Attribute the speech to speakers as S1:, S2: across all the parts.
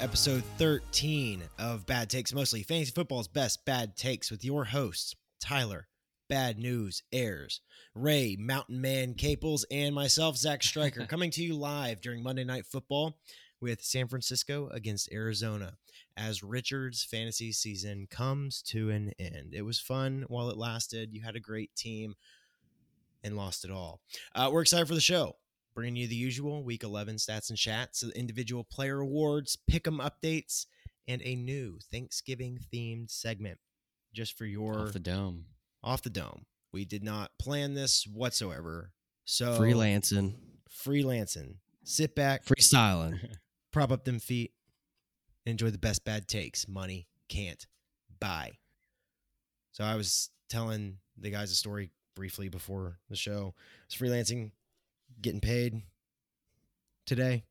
S1: episode 13 of Bad Takes Mostly, Fantasy Football's Best Bad Takes with your hosts, Tyler, Bad News Airs, Ray, Mountain Man Caples, and myself, Zach Stryker, coming to you live during Monday Night Football with San Francisco against Arizona as Richard's fantasy season comes to an end. It was fun while it lasted. You had a great team and lost it all. Uh, we're excited for the show bringing you the usual week 11 stats and chats, individual player awards, pick 'em updates, and a new Thanksgiving themed segment just for your
S2: off the dome,
S1: off the dome. We did not plan this whatsoever. So
S2: freelancing,
S1: freelancing. Sit back,
S2: freestyling.
S1: prop up them feet, and enjoy the best bad takes money can't buy. So I was telling the guys a story briefly before the show. I was freelancing, getting paid today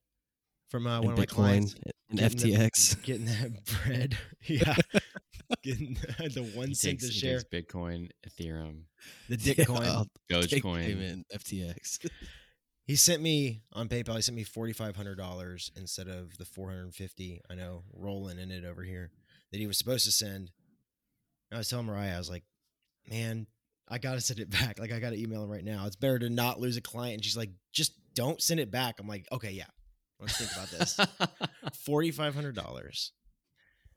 S1: from uh,
S2: and
S1: one of my
S2: Bitcoin
S1: clients.
S2: and
S1: Getting the-
S2: FTX.
S1: Getting that bread. yeah. Getting the, the one
S3: He
S1: cent
S3: takes-
S1: to
S3: he
S1: share.
S3: takes Bitcoin, Ethereum,
S1: The dick coin.
S2: I'll take
S3: Dogecoin.
S2: payment in FTX.
S1: He sent me on PayPal. He sent me forty five hundred dollars instead of the four hundred and fifty. I know rolling in it over here that he was supposed to send. I was telling Mariah, I was like, "Man, I gotta send it back. Like, I gotta email him right now. It's better to not lose a client." And she's like, "Just don't send it back." I'm like, "Okay, yeah, let's think about this. Forty five hundred dollars.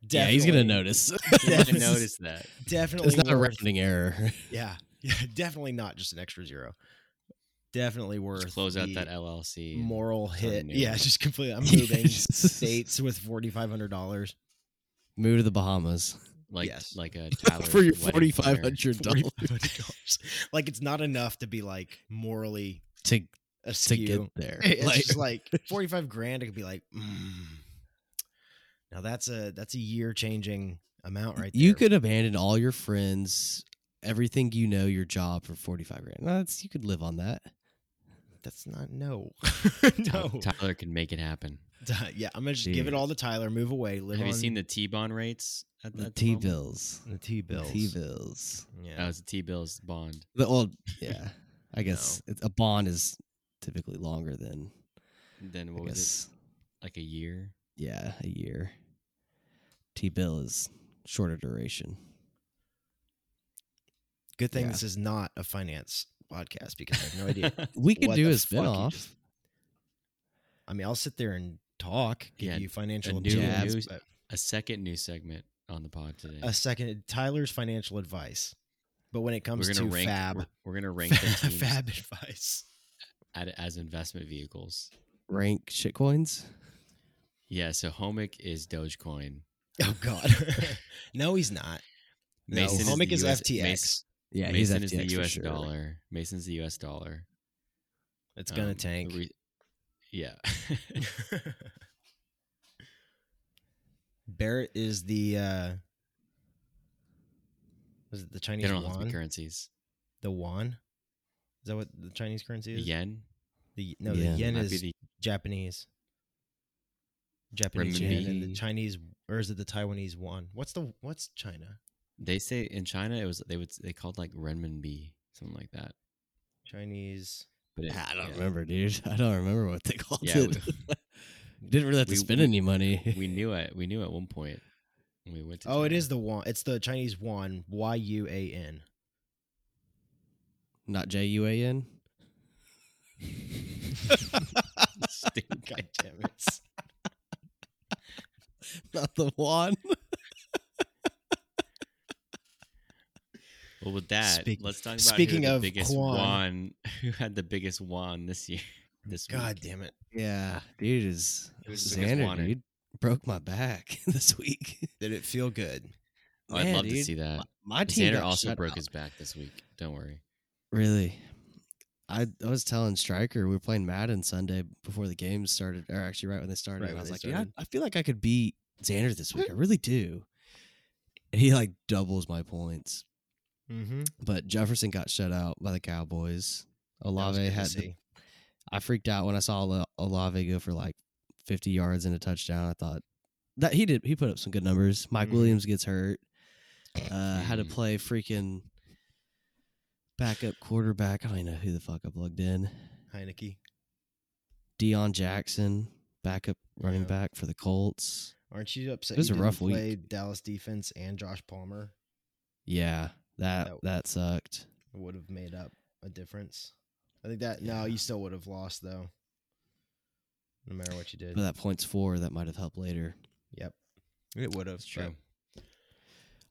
S2: Yeah, he's gonna notice.
S3: He might have
S1: Definitely-
S3: noticed that.
S1: Definitely,
S2: it's not a
S1: worth-
S2: rounding error.
S1: Yeah, yeah, definitely not just an extra zero. Definitely worth
S3: Just close out
S1: the-
S3: that LLC. and
S1: moral
S3: start a
S1: hit.
S3: new
S1: Yeah,
S3: one.
S1: just completely. I'm moving
S2: States.
S1: states with forty five hundred dollars.
S2: Move to the Bahamas
S3: Like
S1: Yes.
S3: like a Tyler's
S2: for your
S3: wedding
S2: forty five
S3: planner.
S2: hundred
S1: Forty
S2: dollars
S1: five hundred dollars. Like it's not enough to be like morally
S2: to to
S1: askew.
S2: get there.
S1: it's
S2: Like,
S1: just like forty five grand. It could be like, mm. now that's a that's a year changing amount right there.
S2: you could abandon all your friends, everything you know, your job for forty five grand. No, That's you could live on that.
S1: That's not no,
S3: Tyler-
S1: no.
S3: Tyler can make it happen.
S1: Yeah, I'm gonna just give it
S2: Dude.
S1: all to Tyler. Move away. Live
S3: Have you
S1: on
S3: seen the T bond rates? At,
S2: The
S3: at
S2: T
S3: moment?
S2: bills,
S1: the T bills?
S2: T bills.
S3: That
S1: Yeah,
S3: was the T bills bond.
S2: The old, yeah. I guess it's a bond is typically longer than
S3: Then
S2: I
S3: what was
S2: guess
S3: it? Like a year.
S2: yeah a year. T bill is shorter duration.
S1: good thing
S2: yeah.
S1: this is not a finance podcast because I have no idea.
S2: We could
S1: What
S2: do
S1: the
S2: a
S1: fuck you
S2: spinoff.
S1: just- I mean, I'll sit there and talk, give
S3: Yeah,
S1: you financial
S3: a new
S1: advice,
S3: news-
S1: but
S3: a second new segment on the pod today.
S1: a second Tyler's financial advice. But when it comes
S3: we're
S1: to
S3: gonna rank.
S1: fab,
S3: We're, we're gonna rank the teams
S1: fab advice.
S3: at, as investment vehicles.
S2: Rank shitcoins.
S3: Yeah. So Homick is Dogecoin.
S1: Oh God, no, he's not. No,
S3: Mason
S1: Homick is
S3: the US
S1: FTX.
S3: Mason-
S2: Yeah,
S3: Mason
S2: he's
S3: is the
S2: FTX for
S3: U.S.
S2: sure.
S3: dollar. Mason's the U.S. dollar.
S1: It's gonna
S3: Um, the
S1: tank.
S3: re- yeah.
S1: Barrett is the uh was it the
S3: they
S1: Chinese
S3: don't have the
S1: yuan?
S3: currencies.
S1: The yuan. Is that what the Chinese currency
S3: The
S1: is?
S3: yen.
S1: The no,
S2: Yeah.
S1: the yen
S3: might
S1: is
S3: be the
S1: Japanese. Japanese yen and the
S3: Renminbi.
S1: Chinese or is it the Taiwanese yuan? What's the what's China?
S3: They say in China it was they would they called like renminbi something like that.
S1: Chinese
S3: But it,
S2: Ah, I don't
S3: yeah.
S2: remember, dude. I don't remember what they called
S3: Yeah,
S2: it. Didn't really have to
S3: we-
S2: spend
S3: we-
S2: any money.
S3: We knew it. We knew at one point when we went to.
S1: Oh, it
S3: China.
S1: is the yuan. It's the Chinese yuan. Y U A N.
S2: Not J U A N.
S3: Stupid.
S1: God damn it.
S2: Not the one.
S3: Well, with that,
S1: Speak-
S3: let's talk about
S1: speaking
S3: who had
S1: of
S3: the biggest
S1: Kwan.
S3: won. Who had the biggest won this year? This
S1: God
S3: week.
S1: damn it.
S2: Yeah, dude is
S3: It was the biggest
S2: Xander,
S3: wanted.
S2: dude broke my back this week.
S1: Did it feel good?
S3: Oh, I'd
S2: Man,
S3: love to
S2: dude,
S3: see that.
S2: My, my team
S3: Xander
S2: got
S3: also
S2: shut
S3: broke
S2: out.
S3: his back this week. Don't worry.
S2: Really, I I was telling Striker we were playing Madden Sunday before the game started, or actually right when they started.
S1: Right
S2: and I
S1: when
S2: was
S1: they
S2: like, yeah,
S1: started.
S2: I feel like I could beat Xander this week. I really do. And he like doubles my points.
S1: Mm-hmm.
S2: but Jefferson got shut out by the Cowboys. Olave had. the- I freaked out when I saw Ola- Olave go for like 50 yards and a touchdown. I thought that he did. He put up some good numbers. Mike
S1: Mhm.
S2: Williams gets hurt. Uh, Had to
S3: Mhm.
S2: play freaking backup quarterback. I don't even know who the fuck I plugged in.
S1: Heineke.
S2: Deion Jackson backup running
S1: Yeah.
S2: back for the Colts.
S1: Aren't you upset?
S2: It was
S1: you
S2: a rough
S1: didn't
S2: week.
S1: play Dallas defense and Josh Palmer
S2: Yeah, that
S1: That-
S2: that sucked.
S1: would have made up a difference. I think that no, you
S2: Yeah.
S1: still would have lost though. No matter what you did.
S2: But that points four that might have helped later.
S1: yep. It would have.
S3: It's true.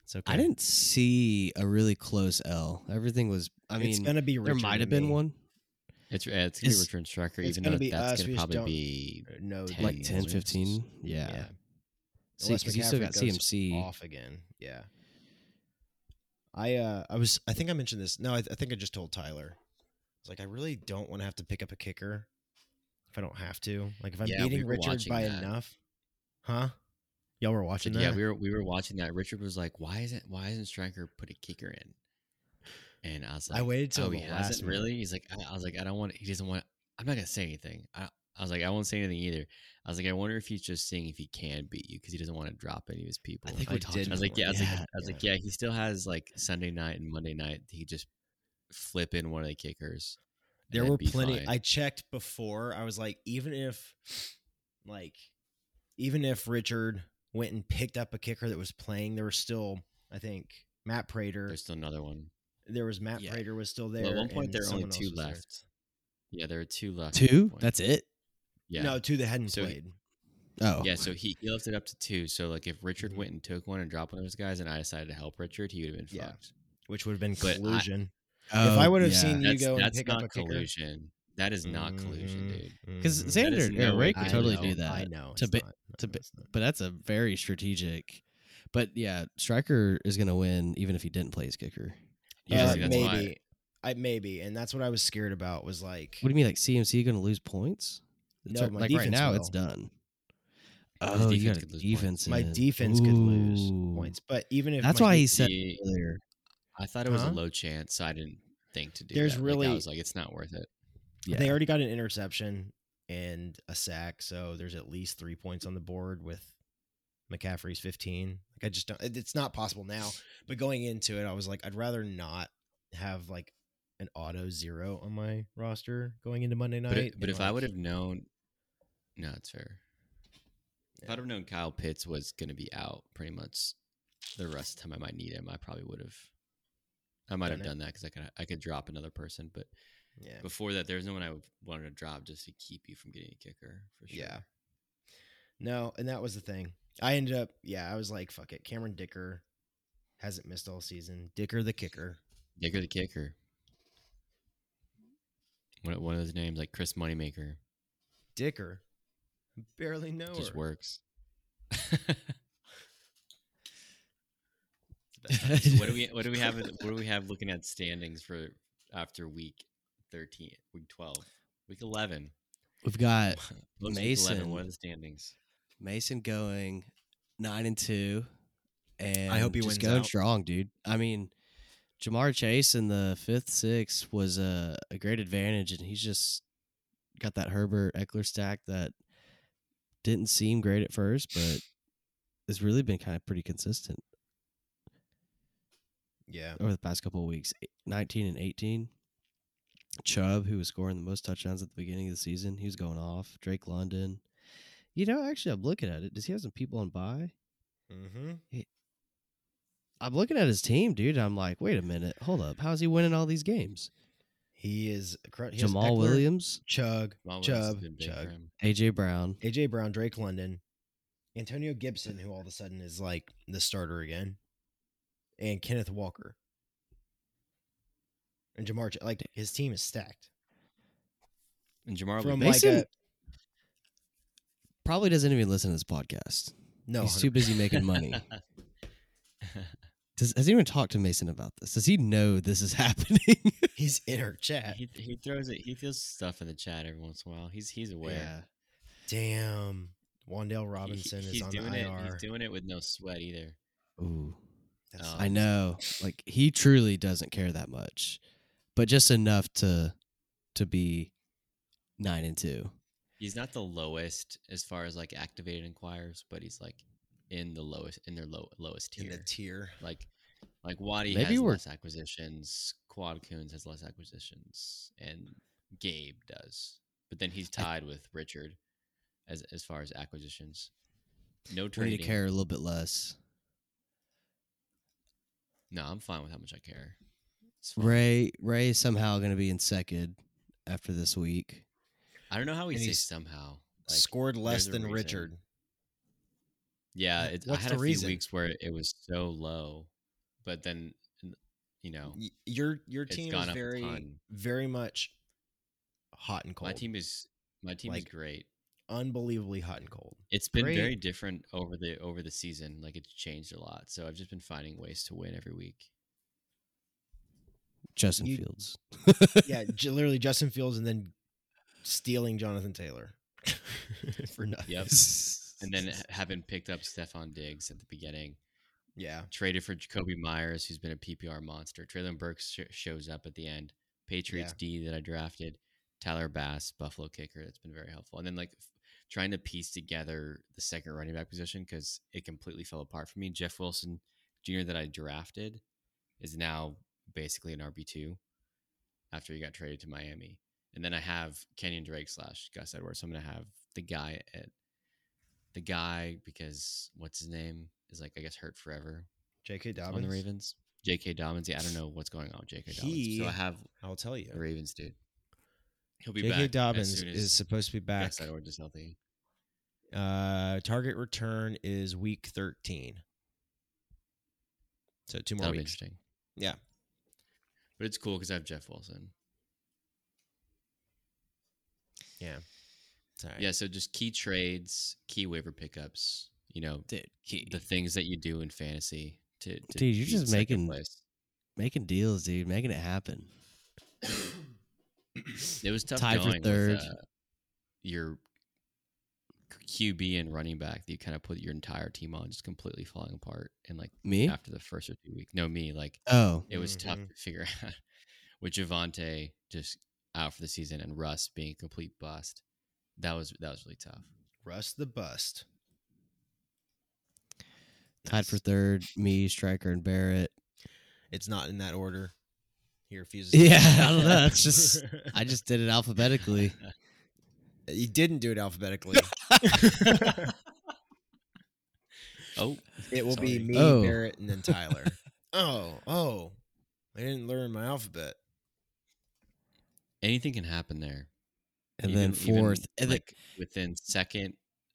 S3: It's okay.
S2: I didn't see a really close L. Everything was. I
S1: it's
S2: mean,
S1: gonna be
S2: there
S1: Richard
S2: might
S1: and
S2: have been
S1: me.
S2: one
S3: It's, yeah, it's gonna be
S2: It's-
S3: return striker,
S1: it's
S3: even
S1: gonna
S3: though
S1: be
S3: that's
S1: us, we
S3: gonna
S1: just
S3: probably
S1: don't-
S3: be.
S1: No,
S3: Ten
S2: like
S1: defense.
S3: years.
S2: 10, 15. Yeah.
S1: Yeah.
S2: See, because you still got
S1: Unless McCaffrey goes
S2: CMC.
S1: off again. Yeah. I uh I was I think I mentioned this. No, I, th- I think I just told Tyler. It's like I really don't want to have to pick up a kicker if I don't have to. Like if I'm
S3: Yeah, we
S1: beating
S3: were
S1: Richard
S3: watching
S1: by
S3: that.
S1: enough. Huh? Y'all were watching that?
S3: Yeah, we were we were watching that. Richard was like, "Why isn't why isn't striker put a kicker in?" And I was like,
S1: I waited till
S3: oh,
S1: the
S3: he hasn't
S1: last minute.
S3: really. He's like, I, I was like, I don't want. He doesn't want. I'm not gonna say anything. I, I was like, I won't say anything either. I was like, I wonder if he's just seeing if he can beat you because he doesn't want to drop any of his people.
S1: think
S2: I
S1: we
S2: talked
S1: did
S3: I
S2: about
S3: was like, yeah, I was, like,
S2: Yeah,
S3: I was like, yeah, he still has like Sunday night and Monday night. He just flip in one of the kickers. and
S1: There
S3: then
S1: were
S3: be
S1: plenty.
S3: fine.
S1: I checked before. I was like, even if, like, even if Richard went and picked up a kicker that was playing, there was still, I think, Matt Prater.
S3: There's still another one.
S1: there was Matt
S2: Yeah.
S1: Prater was still there.
S3: Well, at one point,
S1: and
S3: there are only
S1: someone
S3: two
S1: else was there.
S3: left. Yeah, there are two left. at
S2: Two?
S3: point.
S2: That's it?
S3: yeah.
S1: No, two that hadn't
S3: So he-
S1: played.
S2: Oh.
S3: Yeah, so he, he left it up to two. So like if Richard
S1: Mhm.
S3: went and took one and dropped one of those guys, and I decided to help Richard, he would have been
S1: Yeah.
S3: fucked.
S1: Which would have been
S3: But I-
S1: collusion.
S2: Oh,
S1: if I would have
S2: yeah.
S1: seen you
S3: That's,
S1: go and
S3: that's
S1: pick
S3: not
S1: up a kicker,
S3: collusion. That is not collusion, dude.
S2: Because
S1: Mhm.
S3: That is
S2: Xander
S3: no
S2: or Ray
S3: way
S2: could
S1: I
S2: totally
S1: know,
S2: do
S1: I
S2: that.
S1: know.
S2: To
S1: it's
S2: ba-
S1: not. I
S2: to
S1: know
S2: ba-
S1: it's not.
S2: But that's a very strategic. But yeah, Striker is going to win even if he didn't play his kicker.
S3: Yeah,
S1: Uh,
S3: see, that's why-
S1: maybe. I maybe, and that's what I was scared about. Was like,
S2: What do you mean, like CMC going to lose points? It's
S1: No,
S2: al-
S1: my
S2: like right
S1: defense
S2: now, it's
S1: will.
S2: done.
S3: His
S2: Oh, you
S3: defense
S2: got a
S3: could lose
S2: defense.
S1: my
S2: in it.
S1: defense could lose
S2: Ooh.
S1: points, but even if
S2: That's
S1: my
S2: why
S1: de-
S2: he said
S3: See,
S2: earlier.
S3: I thought it was
S1: Huh?
S3: a low chance, so I didn't think to do
S1: There's
S3: that. Like,
S1: really-
S3: I was like, it's not worth it.
S2: Yeah.
S1: They already got an interception and a sack, so there's at least three points on the board with McCaffrey's 15. Like I just don't. it- It's not possible now. But going into it, I was like, I'd rather not have like an auto zero on my roster going into Monday night.
S3: But, it, but
S1: and,
S3: if I
S1: like,
S3: would have known, no, it's fair. If
S1: Yeah.
S3: I'd have known Kyle Pitts was going to be out pretty much the rest of the time, I might need him. I probably would have. I might
S1: Done
S3: have
S1: it.
S3: done that because I could I could drop another person, but
S1: yeah,
S3: before that, there's no one I would wanted to drop just to keep you from getting a kicker for sure.
S1: yeah, no, and that was the thing. I ended up, yeah, I was like, fuck it. Cameron Dicker hasn't missed all season. Dicker the kicker.
S3: kicker the kicker. One one of those names like Chris Moneymaker
S1: Dicker, barely know
S3: just
S1: her.
S3: works. what do we what do we have what do we have looking at standings for after week thirteen, week twelve, week eleven?
S2: We've
S1: Uh,
S2: got
S3: Looks like 11, what
S2: Mason.
S3: are the standings?
S2: Mason going nine and two, and
S1: I hope he
S2: just
S1: wins
S2: going
S1: out.
S2: strong, dude. I mean, Jamar Chase in the fifth, sixth was a, a great advantage, and he's just got that Herbert Eckler stack that didn't seem great at first, but has really been kind of pretty consistent
S1: Yeah.
S2: over the past couple of weeks. Eight- Nineteen and eighteen. Chubb, who was scoring the most touchdowns at the beginning of the season, he was going off. Drake London. You know, actually, I'm looking at it. Does he have some people on buy?
S1: Mm-hmm.
S2: I'm looking at his team, dude. I'm like, wait a minute, hold up. How's he winning all these games?
S1: He is cr- he has
S2: Jamal
S1: Eckler,
S2: Williams,
S1: Chug,
S3: Well, this has
S1: Chubb,
S3: been big for
S1: Chug,
S3: him.
S2: AJ Brown.
S1: AJ Brown, Drake London, Antonio Gibson, who all of a sudden is like the starter again, and Kenneth Walker, and Jamar. Ch- Like his team is stacked.
S3: And Jamar
S1: From
S3: Lee-
S1: like
S2: Mason-
S1: a-
S2: Probably doesn't even listen to this podcast.
S1: No,
S2: He's too
S1: 100
S2: busy making money. Does, has anyone talked to Mason about this? Does he know this is happening?
S1: he's in our chat.
S3: he, he throws it. He throws stuff in the chat every once in a while. He's he's aware.
S1: Damn, Wandale
S3: He- he-
S1: Robinson
S3: he's
S1: is on
S3: doing
S1: the
S3: it.
S1: IR.
S3: He's doing it with no sweat either.
S2: Ooh,
S1: That's
S3: Oh.
S2: I know. Like he truly doesn't care that much, but just enough to to be nine and two.
S3: He's not the lowest as far as like activated inquires, but he's like in the lowest in their low, lowest
S1: in
S3: tier.
S1: the tier.
S3: like like Wadi
S2: Maybe
S3: has
S2: we're-
S3: less acquisitions, Quad Coons has less acquisitions, and Gabe does. But then he's tied with Richard. as as far as acquisitions. No
S2: We need
S3: trading.
S2: to care a little bit less.
S3: No, I'm fine with how much I care. It's fine.
S2: Ray Ray is somehow going to be in second after this week.
S3: I don't know how we
S1: And
S3: say
S1: he's
S3: somehow. Like,
S1: Scored less
S3: there's a
S1: than
S3: reason.
S1: Richard.
S3: Yeah,
S1: Like,
S3: it, I
S1: what's
S3: had
S1: the
S3: a few
S1: reason?
S3: weeks where it was so low, but then you know
S1: Y- Your your
S3: It's
S1: team
S3: gone
S1: is
S3: up a
S1: very
S3: ton.
S1: very much hot and cold.
S3: my team is my team
S1: Like-
S3: is great.
S1: unbelievably hot and cold.
S3: It's been
S1: Great.
S3: very different over the over the season. Like it's changed a lot. So I've just been finding ways to win every week.
S2: Justin
S1: You-
S2: Fields.
S1: yeah, j- literally Justin Fields and then stealing Jonathan Taylor for nothing.
S3: Yep. And then having picked up Stefan Diggs at the beginning,
S1: Yeah,
S3: traded for Jacoby Myers, who's been a PPR monster. Traylon Burks sh- shows up at the end. Patriots
S1: Yeah.
S3: D that I drafted. Tyler Bass, Buffalo kicker. That's been very helpful. And then like f- trying to piece together the second running back position because it completely fell apart for me. Jeff Wilson Jr. that I drafted is now basically an RB two after he got traded to Miami. And then I have Kenyon Drake slash Gus Edwards. So I'm gonna have the guy at the guy because what's his name is like I guess hurt forever
S1: J.K. Dobbins.
S3: on the Ravens. J.K. Dobbins. Yeah, I don't know what's going on with J.K. Dobbins.
S1: He-
S3: so I have
S1: I'll tell you.
S3: the Ravens, dude. He'll be back
S1: J.K.
S3: as
S1: Dobbins
S3: soon as
S1: is supposed to be back.
S3: Gus Edwards is healthy.
S1: Uh, target return is week thirteen. So two more
S3: That'll be
S1: weeks.
S3: interesting.
S1: Yeah.
S3: But it's cool because I have Jeff Wilson.
S1: Sorry.
S3: Yeah, so just key trades, key waiver pickups, you know,
S2: Dude,
S3: the things that you do in fantasy to, to
S2: Dude, you're
S3: be
S2: just
S3: in second
S2: making-
S3: place.
S2: making deals, dude, making it happen.
S3: It was tough
S2: Tied for
S3: going
S2: third.
S3: with uh, your QB and running back that you kind of put your entire team on, just completely falling apart. And like
S2: Me?
S3: after the first or two weeks, no, me, like
S2: Oh,
S3: it was tough
S1: Mhm.
S3: to figure out with Javante just out for the season and Russ being a complete bust. That was that was really tough.
S1: Russ the bust.
S2: tied for third. Me, Striker, and Barrett.
S1: It's not in that order. He refuses.
S2: Yeah, I don't know, that's just- I just did it alphabetically.
S1: he didn't do it alphabetically.
S3: oh,
S1: It will
S3: Sorry.
S1: be me,
S2: Oh.
S1: Barrett, and then Tyler. oh, oh. I didn't learn my alphabet.
S3: anything can happen there.
S2: And
S3: Even-
S2: then
S3: even,
S2: fourth. and then,
S3: like within second,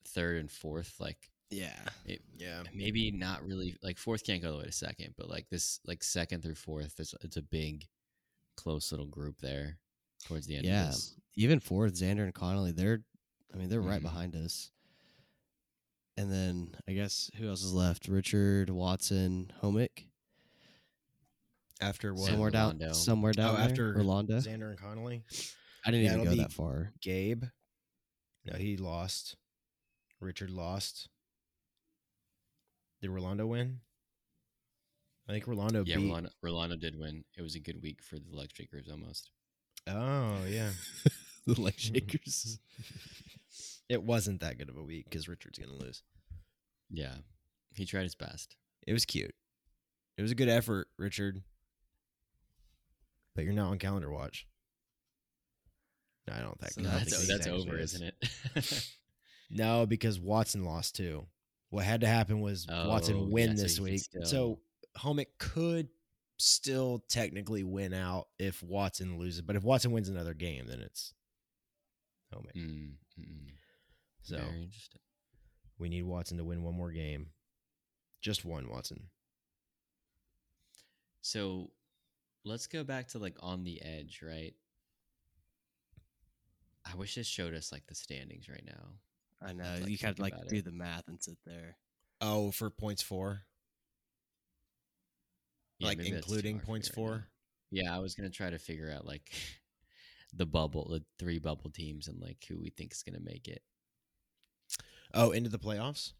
S3: third, and fourth, like
S2: yeah.
S3: it,
S1: Yeah.
S3: maybe not really like fourth can't go all the way to second, but like this, like second through fourth, it's, it's a big, close little group there towards the end. of
S2: Yeah.
S3: this.
S2: Even fourth, Xander and Connolly, they're I mean, they're right
S3: Mhm.
S2: behind us. And then I guess who else is left? Richard, Watson, Homick.
S1: After what?
S3: Sam
S2: Somewhere down
S3: Rolando.
S2: somewhere down
S1: Oh,
S2: there.
S1: after
S2: Rolanda.
S1: Xander and Connolly.
S2: I didn't
S1: Yeah,
S2: even
S1: it'll
S2: go
S1: be-
S2: that far.
S1: Gabe. No, he lost. Richard lost. Did Rolando win? I think Rolando
S3: yeah.
S1: beat.
S3: Rolando, Rolando did win. It was a good week for the leg shakers almost. Mm-hmm.
S1: Oh, yeah.
S2: the leg shakers.
S1: It wasn't that good of a week because Richard's going to lose.
S3: Yeah, he tried his best.
S1: It was cute. It was a good effort, Richard. But you're not on calendar watch. No, I don't think
S3: So
S1: I don't
S3: that's
S1: think
S3: o-
S1: he
S3: that's
S1: actually
S3: over,
S1: is.
S3: isn't it?
S1: No, because Watson lost too. What had to happen was
S3: Oh,
S1: Watson win
S3: yeah, so
S1: this
S3: he could
S1: week.
S3: still-
S1: So Homick could still technically win out if Watson loses. But if Watson wins another game, then it's Homick.
S3: Mm, mm,
S1: So
S3: very interesting.
S1: we need Watson to win one more game. Just one, Watson.
S3: So let's go back to like on the edge, right? I wish this showed us like the standings right now.
S2: I know.
S3: Like,
S2: you
S3: think
S2: kind of like
S3: about it.
S2: do the math and sit there.
S1: Oh, for points four?
S3: Yeah,
S1: like
S3: maybe that's too
S1: including
S3: hard for
S1: points
S3: me right now.
S1: four?
S3: Yeah, I was gonna try to figure out like the bubble, the three bubble teams, and like who we think is gonna make it.
S1: Oh, into the playoffs?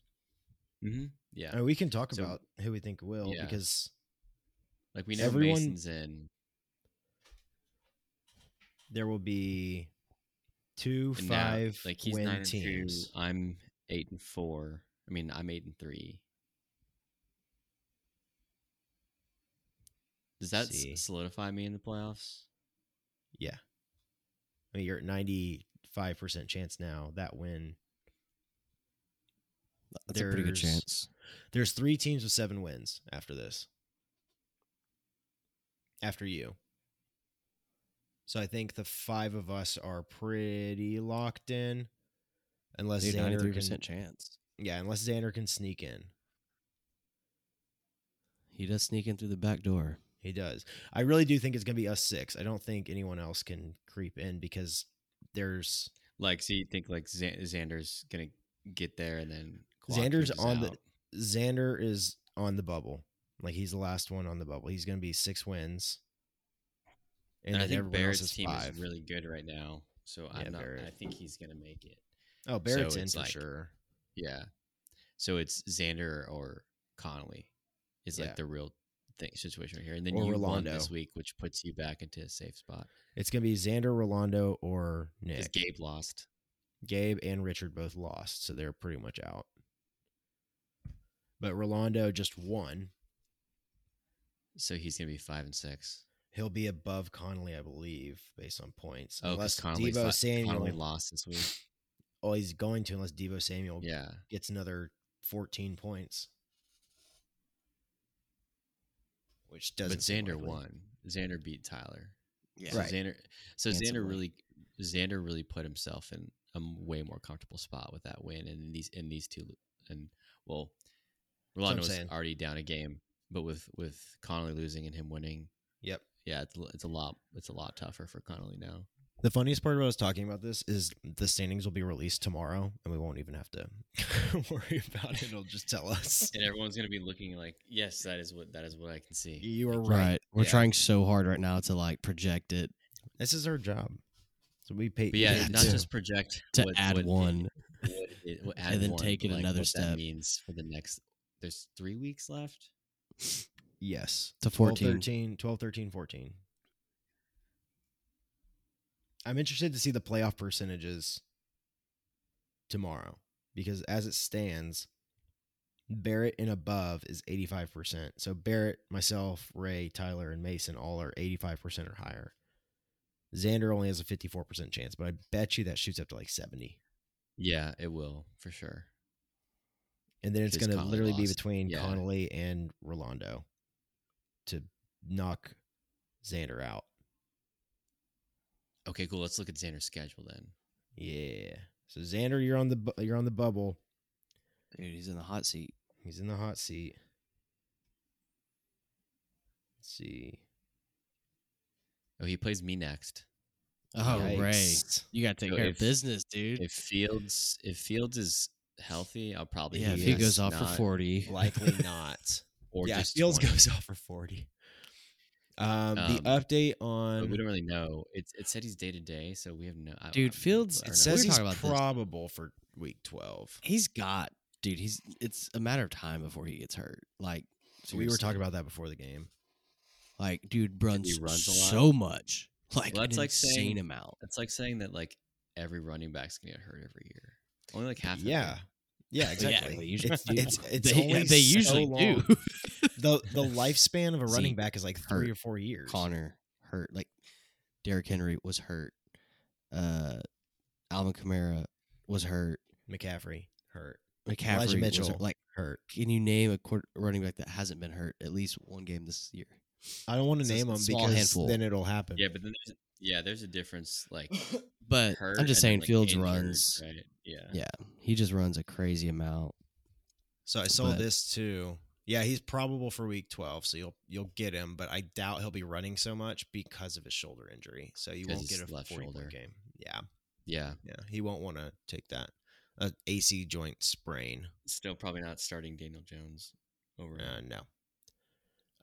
S3: Mm-hmm. Yeah,
S1: I mean, we can talk
S3: So-
S1: about who we think will
S3: Yeah.
S1: because
S3: like we know
S1: everyone-
S3: Mason's in,
S1: there will be two,
S3: and now,
S1: five
S3: like he's
S1: win
S3: nine and
S1: teams.
S3: two. I'm eight and four. I mean, I'm eight and three. Does that s-
S1: See.
S3: solidify me in the playoffs?
S1: Yeah. I mean, you're at 95% chance now. That win
S2: That's a pretty good
S3: There's-
S2: chance.
S1: There's three teams with seven wins after this. After you. So I think the five of us are pretty locked in. Unless
S2: Dude,
S1: Xander
S2: 93%
S1: can,
S2: chance.
S1: yeah, unless Xander can sneak in.
S2: He does sneak in through the back door.
S1: He does. I really do think it's gonna be us six. I don't think anyone else can creep in because there's
S3: Like, so you think like Xan- Xander's gonna get there and then Kawhi
S1: Xander's
S3: comes
S1: on the-
S3: out.
S1: Xander is on the bubble. Like he's the last one on the bubble. He's gonna be six wins.
S3: And, I
S1: then
S3: think
S1: everyone
S3: Barrett's
S1: else is
S3: team
S1: five.
S3: is really good right now, so
S1: Yeah,
S3: I'm not.
S1: Barrett.
S3: I think he's gonna make it.
S1: Oh, Barrett's in
S3: it's
S1: for
S3: like-
S1: sure.
S3: Yeah. So it's Xander or Connolly is
S1: Yeah.
S3: like the real thing situation right here, and then
S1: Or
S3: you won
S1: Rolando.
S3: this week, which puts you back into a safe spot.
S1: It's gonna be Xander, Rolando, or
S3: Because
S1: Nick.
S3: Gabe lost.
S1: Gabe and Richard both lost, so they're pretty much out. But Rolando just won.
S3: So he's gonna be five and six.
S1: He'll be above Connolly, I believe, based on points.
S3: Oh, because
S1: unless
S3: Connolly,
S1: Debo
S3: fi-
S1: Samuel,
S3: Connolly lost this week.
S1: oh, he's going to unless Debo Samuel
S3: Yeah,
S1: gets another 14 points, which doesn't.
S3: but
S1: seem
S3: Xander
S1: likely.
S3: won. Xander beat Tyler.
S2: Yeah.
S3: So
S1: Right.
S3: Xander, so
S2: Handsomely.
S3: Xander really, Xander really put himself in a m- way more comfortable spot with that win, and in these in these two, and well,
S1: what I'm
S3: Rolando was
S1: saying.
S3: already down a game, but with with Connolly losing and him winning,
S1: Yep.
S3: yeah, it's l- it's a lot it's a lot tougher for Connolly now.
S1: The funniest part about us talking about this is the standings will be released tomorrow, and we won't even have to worry about it. It'll just tell us.
S3: And everyone's gonna be looking like, yes, that is what that is what I can see.
S1: You are
S2: Right.
S1: right.
S2: We're
S3: Yeah.
S2: trying so hard right now to like project it
S1: This is our job. So we pay.
S3: But yeah,
S2: Yeah,
S3: not
S2: to-
S3: just project
S2: to
S3: what-
S2: add
S3: what-
S2: one.
S3: what it- what- add
S2: And then
S3: one,
S2: take
S3: but,
S2: it another
S3: what that
S2: step.
S3: means for the next. There's three weeks left.
S1: yes.
S2: to
S1: 14.
S2: 14.
S1: 13, 12, 13, 14. I'm interested to see the playoff percentages tomorrow because as it stands, Barrett and above is 85%. So Barrett, myself, Ray, Tyler, and Mason all are 85% or higher. Xander only has a 54% chance, but I bet you that shoots up to like 70.
S3: Yeah, it will for sure.
S1: And then it's
S3: Because
S1: going to
S3: Conley
S1: literally be
S3: lost.
S1: between
S3: Yeah.
S1: Connolly and Rolando to knock Xander out.
S3: Okay, cool. Let's look at Xander's schedule then.
S1: Yeah. So Xander, you're on the bu- you're on the bubble.
S2: Dude, he's in the hot seat.
S1: He's in the hot seat. Let's see.
S3: Oh, he plays me next.
S2: Oh, Ray.
S1: Yikes.
S2: You got to take
S3: So
S2: care
S3: if-
S2: of business, dude.
S3: If Fields, if Fields is healthy, I'll probably
S2: yeah, if
S3: use
S2: he
S1: is
S2: goes off
S3: not-
S2: for 40.
S1: Likely not.
S3: or
S1: yeah,
S3: just
S1: Fields
S3: 20.
S1: goes off for forty. Um, the
S3: Um,
S1: update
S3: But
S1: on
S3: we don't really know. It, it said he's day to day, so we have no. I, I
S2: Dude,
S3: don't know
S2: Fields-
S3: if
S2: it
S3: we're
S1: it
S3: not-
S1: says
S2: we were
S1: he's
S2: talking about this.
S1: probable for week twelve.
S2: He's got, dude, he's, it's a matter of time before he gets hurt. Like,
S1: We were
S2: seriously.
S1: talking about that before the game.
S2: like, dude, runs,
S3: he runs a lot.
S2: so much. Like,
S3: Well,
S2: an
S3: that's like
S2: insane
S3: saying-
S2: amount.
S3: That's like saying that like every running back's gonna get hurt every year. Only like half. of them.
S1: Yeah. Yeah,
S2: But
S1: exactly.
S2: they usually
S1: it's,
S2: do.
S1: it's, it's
S2: they,
S1: only
S2: they
S1: so
S2: usually
S1: long.
S2: do.
S1: the The lifespan of a running
S2: Zeke
S1: back is like three
S2: hurt.
S1: or four years.
S2: Connor hurt. Like, Derrick Henry was hurt. Uh, Alvin Kamara was hurt.
S1: McCaffrey hurt.
S2: McCaffrey was
S1: Mitchell.
S2: hurt. Like,
S1: Hurt.
S2: can you name a quarter, running back that hasn't been hurt at least one game this year?
S1: I don't want to
S2: It's a
S1: name
S2: s-
S1: them
S2: small
S1: because
S2: handful.
S1: then it'll happen.
S3: Yeah, but then there's, yeah, there's a difference. Like,
S2: But
S3: hurt
S2: I'm just
S3: and then,
S2: saying,
S3: like,
S2: Fields
S3: injured,
S2: runs.
S3: Right? Yeah.
S2: Yeah, he just runs a crazy amount.
S1: So I saw
S2: But-
S1: this too. Yeah, he's probable for week 12, so you'll you'll get him, but I doubt he'll be running so much because of his shoulder injury. So you
S3: 'Cause
S1: won't get
S3: it's
S1: a
S3: left
S1: 40 point
S3: shoulder.
S1: game. Yeah,
S3: Yeah.
S1: yeah, he won't want to take that uh, AC joint sprain.
S3: Still probably not starting Daniel Jones over.
S1: Uh, no.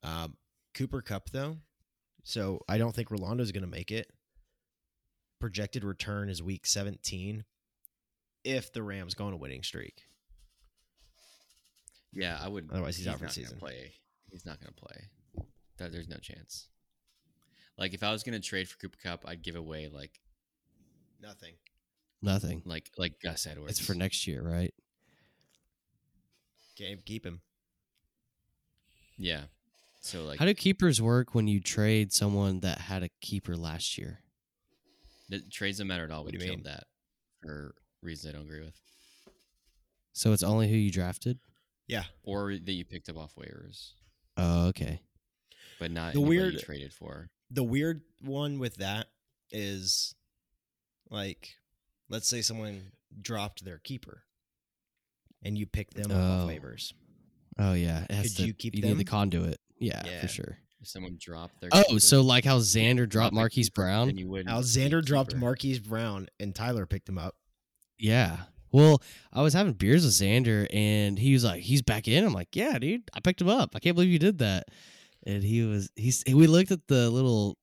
S1: Um, Cooper Cup though, so I don't think Rolando's going to make it. Projected return is week 17, if the Rams go on a winning streak.
S3: Yeah, I would.
S1: Otherwise, he's out for the
S3: not gonna
S1: season.
S3: Play. He's not going to play. That there's no chance. Like if I was going to trade for Cooper Cup, I'd give away like
S1: Nothing.
S2: Nothing.
S3: like like Gus Edwards.
S2: It's for next year, right?
S1: Can't keep him.
S3: Yeah. So like
S2: How do keepers work when you trade someone that had a keeper last year?
S3: the trades don't matter at all.
S1: What
S3: We
S1: do you
S3: killed
S1: mean?
S3: that for reasons I don't agree with.
S2: So it's only who you drafted.
S1: Yeah.
S3: or that you picked up off waivers,
S2: Oh, okay.
S3: but not
S1: The
S3: the weird you
S1: weird-
S3: traded for.
S1: The weird one with that is like, let's say someone dropped their keeper and you picked them up
S2: Oh.
S1: off waivers.
S2: Oh yeah. It has
S1: Could
S2: to-
S1: you keep
S2: need the
S1: them?
S2: conduit. Yeah,
S1: Yeah.
S2: for sure.
S3: If someone dropped their
S2: Oh,
S3: keeper,
S2: so like how Xander dropped
S3: their
S2: Marquise
S3: keeper,
S2: Brown.
S3: then you would
S1: um, Alexander dropped Marquise Brown and Tyler picked him up.
S2: Yeah. Well, I was having beers with Xander and he was like, he's back in. I'm like, yeah, dude, I picked him up. I can't believe you did that. And he was, he's, we looked at the little,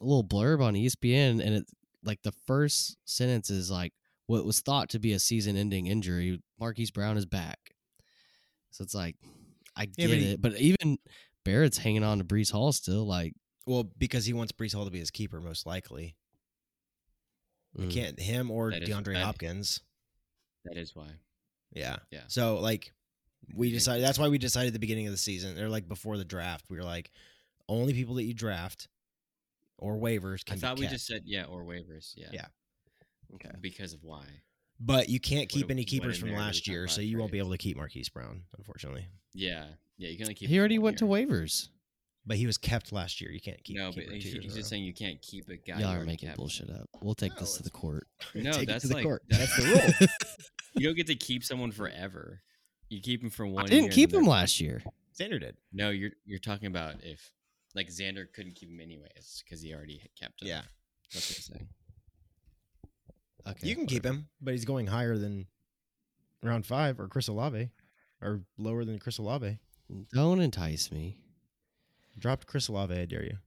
S2: little blurb on E ESPN and it, like the first sentence is like, what was thought to be a season ending injury, Marquise Brown is back. So it's like, I
S1: Yeah,
S2: get
S1: but he-
S2: it. But even Barrett's hanging on to Brees Hall still. Like,
S1: Well, because he wants Brees Hall to be his keeper, most likely. We
S2: mm,
S1: can't him or
S3: That is-
S1: DeAndre
S3: that-
S1: Hopkins.
S3: That is why.
S1: Yeah.
S3: Yeah.
S1: So like we
S3: Okay.
S1: decided that's why we decided at the beginning of the season, or like before the draft, we were like, only people that you draft or waivers
S3: I
S1: can
S3: thought
S1: be
S3: we
S1: kept.
S3: just said yeah or waivers. Yeah.
S1: Yeah.
S2: Okay.
S3: Because of why?
S1: but you can't keep
S3: went-
S1: any
S3: went
S1: keepers
S3: in
S1: from
S3: there with
S1: last
S3: the top
S1: year, so
S3: five
S1: you won't be
S3: trades.
S1: able to keep Marquise Brown, unfortunately.
S3: Yeah. Yeah. You can only keep.
S2: he
S3: it
S2: already
S3: for one
S2: went to
S3: year.
S2: waivers.
S1: But he was kept last year. You can't keep.
S3: no,
S1: keep
S3: but
S1: him two
S3: he-
S1: years
S3: he's
S1: in a
S3: just
S1: row.
S3: saying you can't keep a guy. you
S2: Y'all are
S3: already
S2: making
S3: kept.
S2: bullshit up. We'll take
S1: No,
S2: this to the
S1: it's-
S2: court.
S3: No,
S1: Take it
S3: that's
S1: to the
S3: like
S1: court.
S3: that's
S1: the rule.
S3: you don't get to keep someone forever. You keep him for one.
S2: I
S3: year
S2: didn't
S3: and
S2: keep
S3: then
S2: him
S3: they're-
S2: last year.
S1: Standard did.
S3: No, you're you're talking about if like Xander couldn't keep him anyways because he already had kept him.
S1: Yeah.
S3: That's what I'm saying.
S2: Okay.
S1: you can keep him, but he's going higher than round five or Chris Olave, or lower than Chris Olave.
S2: Don't entice me.
S1: Dropped Chris Olave, I dare you.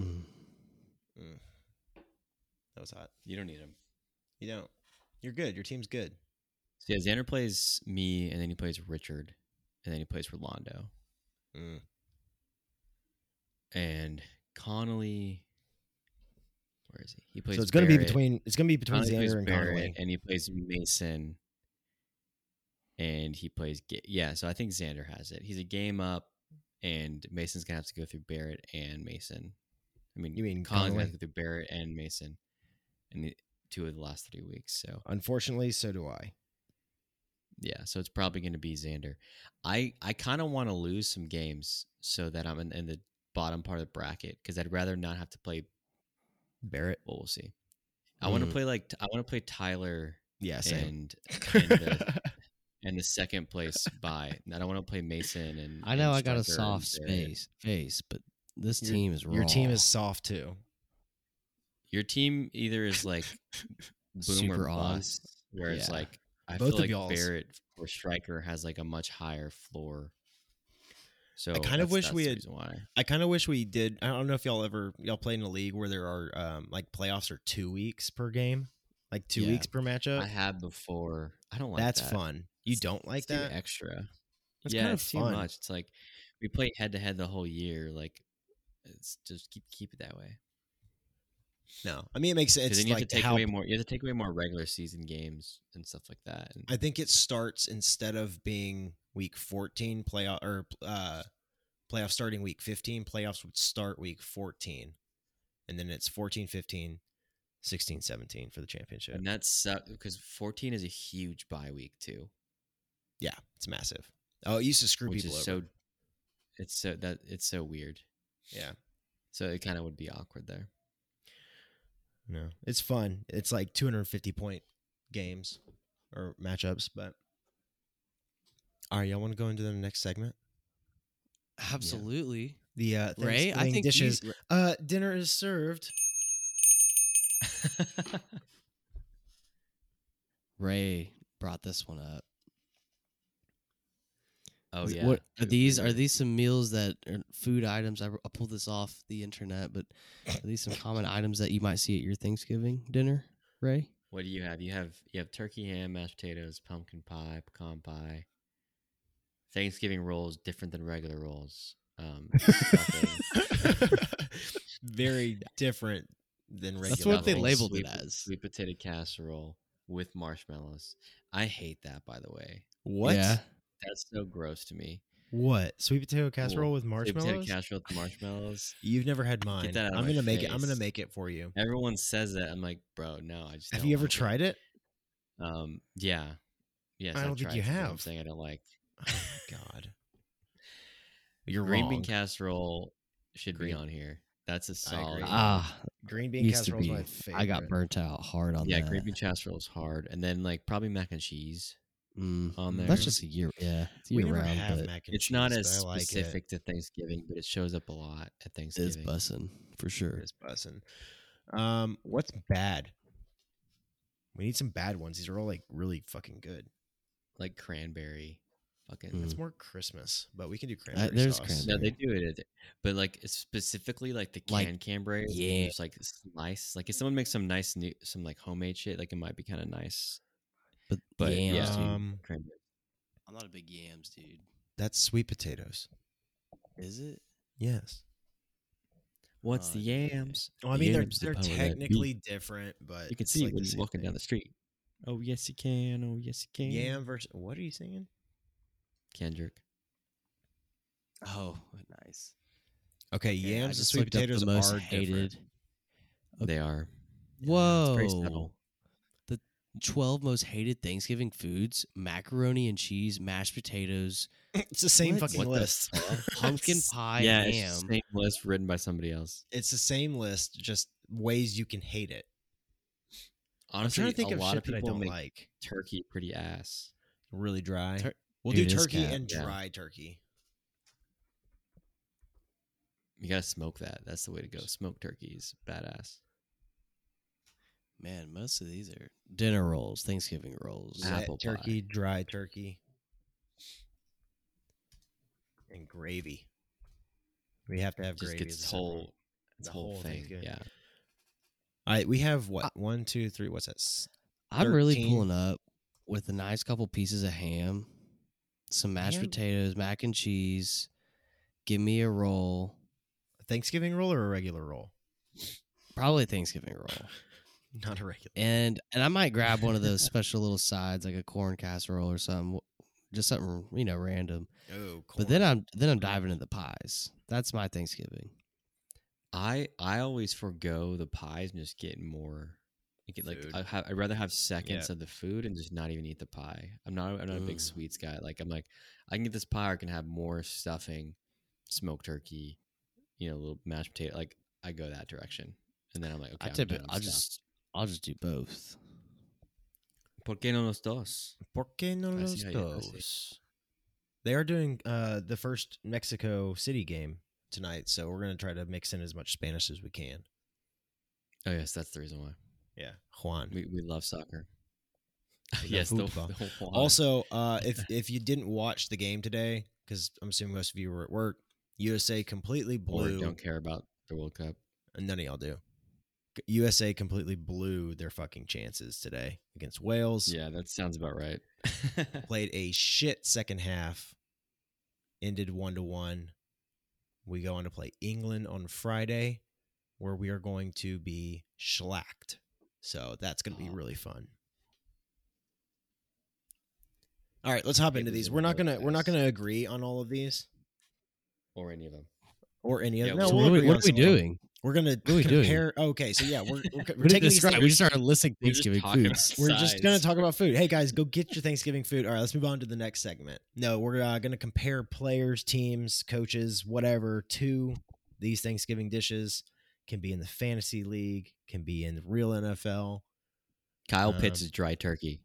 S2: Mm.
S1: That was hot.
S3: You don't need him.
S1: You don't. You're good. Your team's good.
S3: So yeah, Xander plays me, and then he plays Richard, and then he plays Rolando,
S1: Mm.
S3: and Connolly. Where is he? He plays.
S1: So it's going to be
S3: Barrett.
S1: between it's going to be between
S3: Connolly plays
S1: Xander and
S3: Barrett,
S1: Conway.
S3: and he plays Mason, and he plays. Ga- Yeah, so I think Xander has it. He's a game up, and Mason's gonna have to go through Barrett and Mason. I mean,
S1: You mean
S3: Colin's gonna
S1: Conway?
S3: have to go through Barrett and Mason, in the two of the last three weeks. So
S1: Unfortunately, so do I.
S3: Yeah, so it's probably going to be Xander. I I kind of want to lose some games so that I'm in, in the bottom part of the bracket because I'd rather not have to play.
S1: Barrett.
S3: Well, we'll see. I want to
S2: Mhm.
S3: play like I want to play Tyler
S1: Yeah, Mm. same.
S3: and and the, and the second place by. I don't want to play Mason and.
S2: I know
S3: and
S2: I got a
S3: Striker and
S2: soft
S3: Barrett.
S2: space face, but this
S1: Your-
S2: team is raw.
S1: Your team is soft too.
S3: Your team either is like boom
S2: Super
S3: or
S2: on.
S3: bust, where it's
S2: Yeah.
S3: like I
S1: Both
S3: feel
S1: of
S3: like
S1: y'all's.
S3: Barrett or Striker has like a much higher floor. So
S1: kinda
S3: that's-
S1: wish
S3: that's
S1: we
S3: the
S1: had-
S3: reason why.
S1: I kind of wish we did. I don't know if y'all ever y'all played in a league where there are um, like playoffs are two weeks per game, like two
S2: Yeah.
S1: weeks per matchup.
S3: I have before. I don't like
S1: uh, That's
S3: that.
S1: fun. You don't like
S3: It's too
S1: that?
S3: extra.
S1: That's
S3: yeah,
S1: kind of
S3: it's too
S1: fun.
S3: much. It's like we play head to head the whole year. Like it's just keep keep it that way.
S1: No, I mean it makes sense.
S3: Because then
S1: It's
S3: you
S1: like
S3: have to take
S1: how
S3: away more. You have to take away more regular season games and stuff like that. And
S1: I think it starts instead of being week 14 playoff or uh playoff starting week 15 playoffs would start week 14 and then it's 14 15 16 17 for the championship
S3: and that sucks because fourteen is a huge bye week too,
S1: yeah it's massive oh it used to screw
S3: which
S1: people
S3: is
S1: over
S3: so. It's so that it's so weird.
S1: yeah
S3: So it kind of would be awkward there.
S1: no it's fun it's like 250 point games or matchups but all right y'all want to go into the next segment
S2: absolutely
S1: the uh
S2: Ray. I
S1: Thanksgiving
S2: think
S1: dishes
S2: You,
S1: uh dinner is served
S2: Ray brought this one up.
S3: oh
S2: Is-
S3: yeah.
S2: what are
S3: Food
S2: these? Are
S3: favorite.
S2: these some meals that are food items? I, I pulled this off the internet, but are these some common items that you might see at your Thanksgiving dinner, Ray?
S3: What do you have? You have you have turkey ham, mashed potatoes, pumpkin pie, pecan pie. Thanksgiving rolls different than regular rolls. Um, stuffing,
S1: Very different than regular.
S2: That's what they
S1: rolls.
S2: labeled it
S3: sweet,
S2: as.
S3: Sweet potato casserole with marshmallows. I hate that, by the way.
S1: What?
S2: Yeah.
S3: That's so gross to me.
S1: What? Sweet potato casserole
S3: Cool.
S1: with
S3: Sweet potato
S1: marshmallows?
S3: casserole with marshmallows.
S1: You've never had mine.
S3: that out of
S1: I'm
S3: my
S1: gonna make it. I'm gonna
S3: face.
S1: make it for you.
S3: Everyone says that. I'm like, bro, no. I just
S1: Have
S3: don't
S1: you ever
S3: like it."
S1: tried it?
S3: Um, yeah, Yes,
S1: I don't think
S3: tried
S1: you
S3: something I'm
S1: have.
S3: saying I don't like
S1: Oh my god. You're
S3: green
S1: wrong.
S3: bean casserole should
S1: Green-
S3: be on here. That's a
S1: I agree.
S3: solid.
S2: Ah,
S1: green bean
S2: used to
S1: casserole is
S2: be.
S1: my favorite.
S2: I got burnt out hard
S1: Oh,
S2: on
S3: yeah,
S2: that.
S3: green bean casserole is hard, and then like probably mac and cheese
S2: Mm,
S3: on there.
S2: that's just a year. Yeah, it's
S1: We
S2: year
S1: never
S2: round,
S1: have
S2: but
S1: mac and
S3: it's not
S1: cheese,
S3: as
S1: but I like it.
S3: specific to Thanksgiving, but it shows up a lot at
S2: it's
S3: Thanksgiving.
S2: bussin' for sure.
S1: It's bussin'. Um, what's bad? We need some bad ones. These are all like really fucking good.
S3: like cranberry, fucking.
S2: Mm.
S1: It's more Christmas, but we can do Uh, cranberry
S2: there's
S1: sauce.
S2: cranberry.
S3: No, they do it, at- but like it's specifically like the
S2: Like,
S3: canned cranberry.
S2: yeah.
S3: it's like slice. Like if someone makes some nice, new, some like homemade shit, like it might be kind of nice.
S2: But,
S3: But
S2: yams,
S3: yeah,
S2: dude.
S1: Um,
S3: cranberry.
S2: I'm not a big yams dude.
S1: That's sweet potatoes.
S2: Is it?
S1: Yes.
S3: What's
S2: Oh,
S3: the
S2: yeah.
S3: yams?
S1: Well, I mean they're
S3: Yams, the
S1: they're
S3: power that
S1: technically
S3: beat.
S1: different, but
S3: You can
S1: it's
S3: see
S1: like the
S3: when you're
S1: same
S3: walking
S1: thing.
S3: down the street. Oh yes, you can. Oh yes, you can.
S1: Yam versus what are you singing?
S3: Kendrick.
S2: Oh, nice.
S1: Okay,
S2: Okay, I
S1: yams and
S2: just
S1: sweet
S2: looked up the
S1: potatoes
S2: most
S1: are different.
S3: They are.
S2: Whoa.
S3: It's very subtle.
S2: the 12 most hated Thanksgiving foods macaroni and cheese, mashed potatoes,
S1: It's the same
S2: What?
S1: fucking
S2: What
S3: the
S1: list.
S2: pumpkin
S1: It's-
S2: pie,
S3: yeah,
S2: ham.
S3: it's just the same list written by somebody else.
S1: It's the same list, just ways you can hate it.
S3: Honestly,
S1: I'm trying to think
S3: a
S1: of
S3: lot
S1: shit
S3: of people
S1: that I don't
S3: make
S1: like.
S3: turkey pretty ass.
S1: Really dry.
S2: Tur-
S1: we'll
S2: Dude,
S1: do
S2: it is
S1: turkey
S2: cat,
S1: and
S3: yeah.
S1: dry turkey.
S3: You gotta smoke that. That's the way to go. Smoke turkeys, badass.
S2: Man, most of these are dinner rolls, Thanksgiving rolls.
S1: Wet
S2: apple pie.
S1: turkey, dry turkey, and gravy. We have to have
S3: Just
S1: gravy.
S3: gets
S1: as a
S3: its
S1: separate one.
S3: whole, its
S1: The
S3: whole
S1: whole
S3: thing.
S1: Thanksgiving.
S3: Yeah, Uh
S1: All right, we have what? One, two, three. What's that? S-
S2: I'm really
S1: 13.
S2: pulling up with a nice couple pieces of ham, some mashed
S1: Ham?
S2: potatoes, mac and cheese. Give me a roll.
S1: A Thanksgiving roll or a regular roll?
S2: Probably Thanksgiving roll.
S1: Not a regular.
S2: and and I might grab one of those special little sides like a corn casserole or something, just something you know random.
S1: Oh, corn.
S2: But then I'm then I'm diving into the pies. That's my Thanksgiving.
S3: I I always forego the pies and just get more. I get like
S1: Food.
S3: I have, I'd rather have seconds
S1: Yeah.
S3: of the food and just not even eat the pie. I'm not I'm not a big
S2: Ugh.
S3: sweets guy. Like I'm like I can get this pie or I can have more stuffing, smoked turkey, you know, little mashed potato. Like I go that direction, and then I'm like, okay,
S2: I
S3: I'm
S2: tip
S3: done,
S2: it.
S3: I'm
S2: I'll
S3: stuffed.
S2: just I'll just do both.
S3: ¿Por qué no los dos?
S1: ¿Por qué no
S3: I
S1: los
S3: see how you- I see.
S1: dos? They are doing uh, the first Mexico City game tonight, so we're gonna try to mix in as much Spanish as we can.
S3: Oh yes, that's the reason why
S1: Yeah, Juan.
S3: we we love soccer.
S1: love
S3: yes, the,
S1: football.
S3: the whole why.
S1: also, uh, if if you didn't watch the game today, because I'm assuming most of you were at work, USA completely
S3: or
S1: blew.
S3: don't care about the World Cup.
S1: and None of y'all do. USA completely blew their fucking chances today against Wales.
S3: Yeah, that sounds about right.
S1: Played a shit second half. Ended one to one. We go on to play England on Friday, where we are going to be shellacked. So that's going to be
S2: Oh.
S1: really fun. All right, let's hop
S3: It
S1: into
S3: was
S1: these.
S3: a
S1: We're not
S3: really
S1: gonna we're not
S3: fast-
S1: gonna agree on all of these
S3: or any of them.
S1: or any of
S3: Yeah,
S1: them.
S3: No,
S2: so
S3: we'll
S2: what are we,
S1: agree
S2: what
S1: on
S2: are we
S1: some of them.
S2: doing?
S1: We're gonna
S2: are we doing?
S1: compare. Okay, so yeah, we're we're,
S2: We
S1: we're taking
S2: didn't
S1: these
S2: describe-
S1: things-
S2: we just started listing
S3: We're just
S2: Thanksgiving
S3: talking about
S2: foods.
S1: We're just going to
S3: size.
S1: talk about food. Hey guys, go get your Thanksgiving food. All right, let's move on to the next segment. No, we're uh, going to compare players, teams, coaches, whatever to these Thanksgiving dishes. Can be in the fantasy league, can be in the real NFL.
S3: Kyle
S1: Um,
S3: Pitts is dry turkey.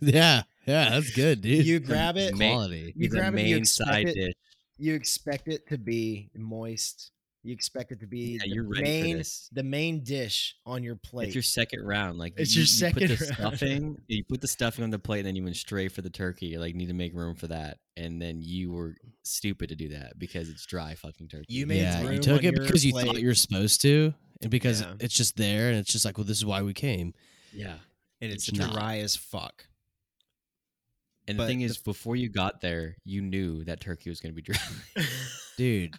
S2: yeah, yeah, that's good, dude.
S1: You grab it,
S3: Man.
S2: Quality.
S1: you
S3: the
S1: grab it, you
S3: main
S1: expect
S3: side
S1: it.
S3: dish.
S1: You expect it to be moist. You expect it to be
S3: Yeah,
S1: the
S3: you're ready for
S1: main
S3: this.
S1: the main dish on your plate.
S3: It's your second round. Like
S1: It's
S3: you,
S1: your second
S3: you put the
S1: round.
S3: stuffing. You put the stuffing on the plate, and then you went straight for the turkey. You like need to make room for that, and then you were stupid to do that because it's dry fucking turkey.
S1: You made
S2: Yeah,
S1: room
S2: you took
S1: on
S2: it
S1: your
S2: because you thought
S1: plate.
S2: you were supposed to, and because
S1: Yeah.
S2: it's just there, and it's just like, well, this is why we came.
S3: yeah.
S1: and it's,
S2: it's not.
S1: dry as fuck.
S3: And the
S1: But
S3: thing
S1: the-
S3: is, before you got there, you knew that turkey was going to be dry.
S2: Dude,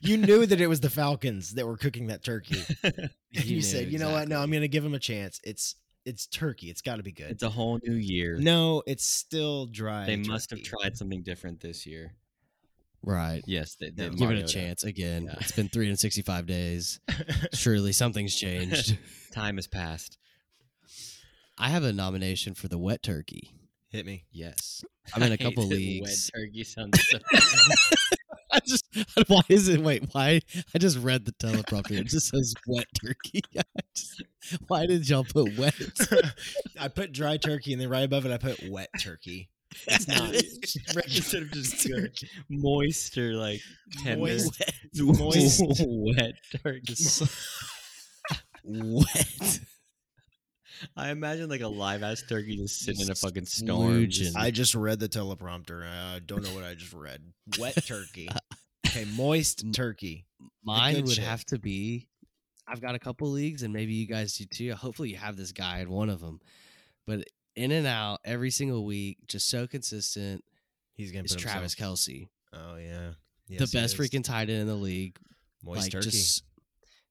S1: You knew that it was the Falcons that were cooking that turkey.
S2: You
S1: you, said,
S2: knew
S1: you know what? No, I'm
S2: exactly.
S1: going to give him a chance. It's it's turkey. It's got to be good.
S3: it's a whole new year.
S1: no, it's still dry.
S3: they must have
S1: turkey.
S3: tried something different this year.
S2: right.
S3: Yes, they, they
S1: No.
S2: Give it a
S3: Mariota.
S2: chance again.
S3: Yeah.
S2: It's been 365 days. Surely something's changed.
S3: Time has passed.
S2: I have a nomination for the wet turkey.
S1: Hit me.
S3: Yes.
S2: I'm in
S3: I
S2: a
S3: hate
S2: couple
S3: that wet
S2: leagues.
S3: turkey sounds so bad.
S2: I just why is it wait why I just read the teleprompter it just says wet turkey. I just- why did y'all put wet?
S1: I put dry turkey and then right above it I put wet turkey.
S2: It's
S3: not. instead of just good. Moist or like tender.
S1: Moist.
S3: Moist. wet turkey.
S2: wet.
S3: I imagine like a live ass turkey just sitting in a
S2: Just
S3: fucking storm.
S2: smooching.
S3: Just,
S1: I just read the teleprompter. I don't know what I just read. Wet turkey. Okay, moist turkey.
S2: Mine
S1: good
S2: would
S1: shit.
S2: have to be. I've got a couple leagues, and maybe you guys do too. Hopefully, you have this guy in one of them. But in and out every single week, just so consistent.
S1: He's gonna
S2: Is
S1: put
S2: Travis
S1: himself-
S2: Kelsey
S1: Oh yeah,
S2: the
S1: Yes, he is.
S2: best freaking tight end in the league?
S1: moist
S2: like
S1: turkey.
S2: just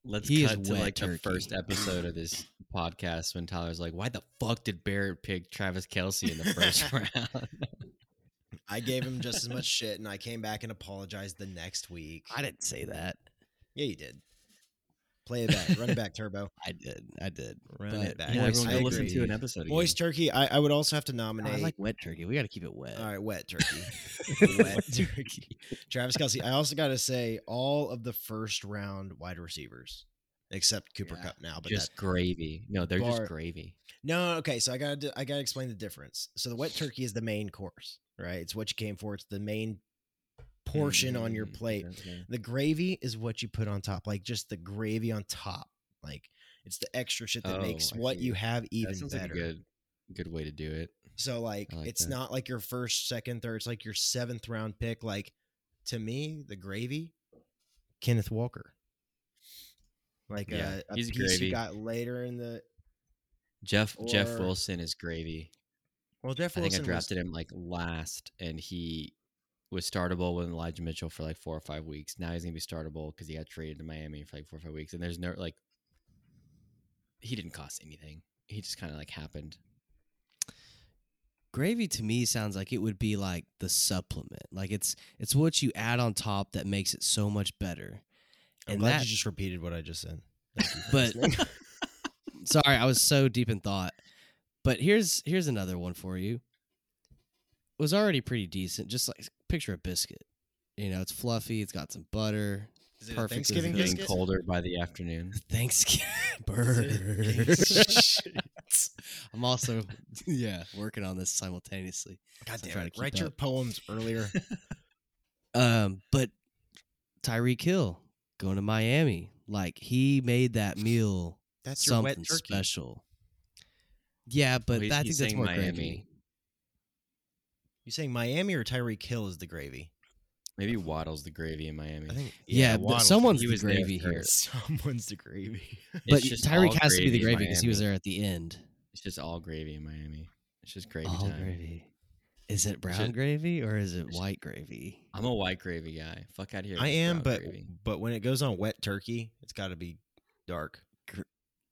S3: let's
S2: he is
S3: cut to
S2: wet
S3: like the
S2: turkey.
S3: first episode of this podcast when Tyler's like, "Why the fuck did Barrett pick Travis Kelsey in the first round?"
S1: I gave him just as much shit, and I came back and apologized the next week.
S2: I didn't say that.
S1: yeah, you did. Play it back. Run it back, Turbo.
S2: I did. I did.
S1: Run
S2: But
S1: it back.
S2: Yeah,
S1: I
S2: everyone go
S1: agree.
S2: listen to it.
S3: episode. again.
S1: Moist turkey. I, I would also have to
S2: No, I
S1: nominate.
S2: like wet turkey. We got to keep it wet.
S1: all right, wet turkey. wet turkey. Travis Kelsey. I also got to say all of the first round wide receivers, except Cooper
S2: Yeah.
S1: Cup now. But
S3: just
S1: that,
S3: gravy. No, they're
S1: Bar-
S3: just gravy.
S1: no, okay. So I got to I got to explain the difference. So the wet turkey is the main course, right? It's what you came for. It's the main portion on your
S3: Mm,
S1: plate.
S3: okay.
S1: The gravy is what you put on top, like just the gravy on top. Like it's the extra shit that
S3: Oh,
S1: makes
S3: I
S1: what
S3: see.
S1: you have even
S3: That sounds like a
S1: better.
S3: good, good way to do it.
S1: So like,
S3: I like
S1: it's
S3: that.
S1: not like your first, second, third. It's like your seventh round pick. Like to me, the gravy, Kenneth Walker. Like uh,
S3: Yeah,
S1: a, a
S3: he's
S1: piece
S3: gravy.
S1: you got later in the
S3: Jeff Jeff
S1: Or-
S3: Wilson is gravy.
S1: well, Jeff
S3: I think I
S1: Wilson was-
S3: drafted him like last, and he was startable with Elijah Mitchell for like four or five weeks. Now he's gonna be startable because he got traded to Miami for like four or five weeks, and there's no like he didn't cost anything. He just kind of like happened.
S2: Gravy to me sounds like it would be like the supplement. Like it's it's what you add on top that makes it so much better.
S1: I'm
S2: and
S1: glad
S2: that-
S1: you just repeated what I just said.
S2: But sorry, I was so deep in thought. But here's here's another one for you. was already pretty decent. Just like picture a biscuit. You know, it's fluffy, it's got some butter.
S1: Is it a
S2: perfect as
S1: Thanksgiving
S2: a
S3: Getting
S1: biscuit?
S3: colder by the afternoon.
S2: Thanksgiving burger. I'm also yeah, working on this simultaneously.
S1: God
S2: I'm
S1: damn
S2: trying
S1: it!
S2: to keep
S1: Write your
S2: up.
S1: poems earlier.
S2: Um, but Tyreek Hill going to Miami, like he made that meal
S1: That's your
S2: something
S1: wet turkey.
S2: special. Yeah, but
S3: he's-
S2: that- I think
S3: he's
S2: that's
S3: saying
S2: more
S3: Miami.
S2: gravy.
S1: You saying Miami or Tyreek Hill is the gravy?
S3: Maybe Waddle's the gravy in Miami.
S1: I think
S2: Yeah, but
S1: Waddle's the
S2: someone's
S3: he
S2: the
S3: was there
S2: gravy here.
S3: first.
S1: Someone's the gravy.
S2: But
S3: It's just all
S2: Tyreek has to be the
S3: in
S2: gravy because he was
S3: Miami.
S2: there at the end.
S3: It's just all gravy in Miami. It's just gravy
S2: All
S3: time.
S2: gravy. Is it brown
S3: should-
S2: gravy or is it
S3: we should-
S2: white gravy?
S3: I'm a white gravy guy. Fuck out of here.
S1: I
S3: with
S1: am,
S3: brown
S1: but
S3: gravy.
S1: but when it goes on wet turkey, it's got to be dark.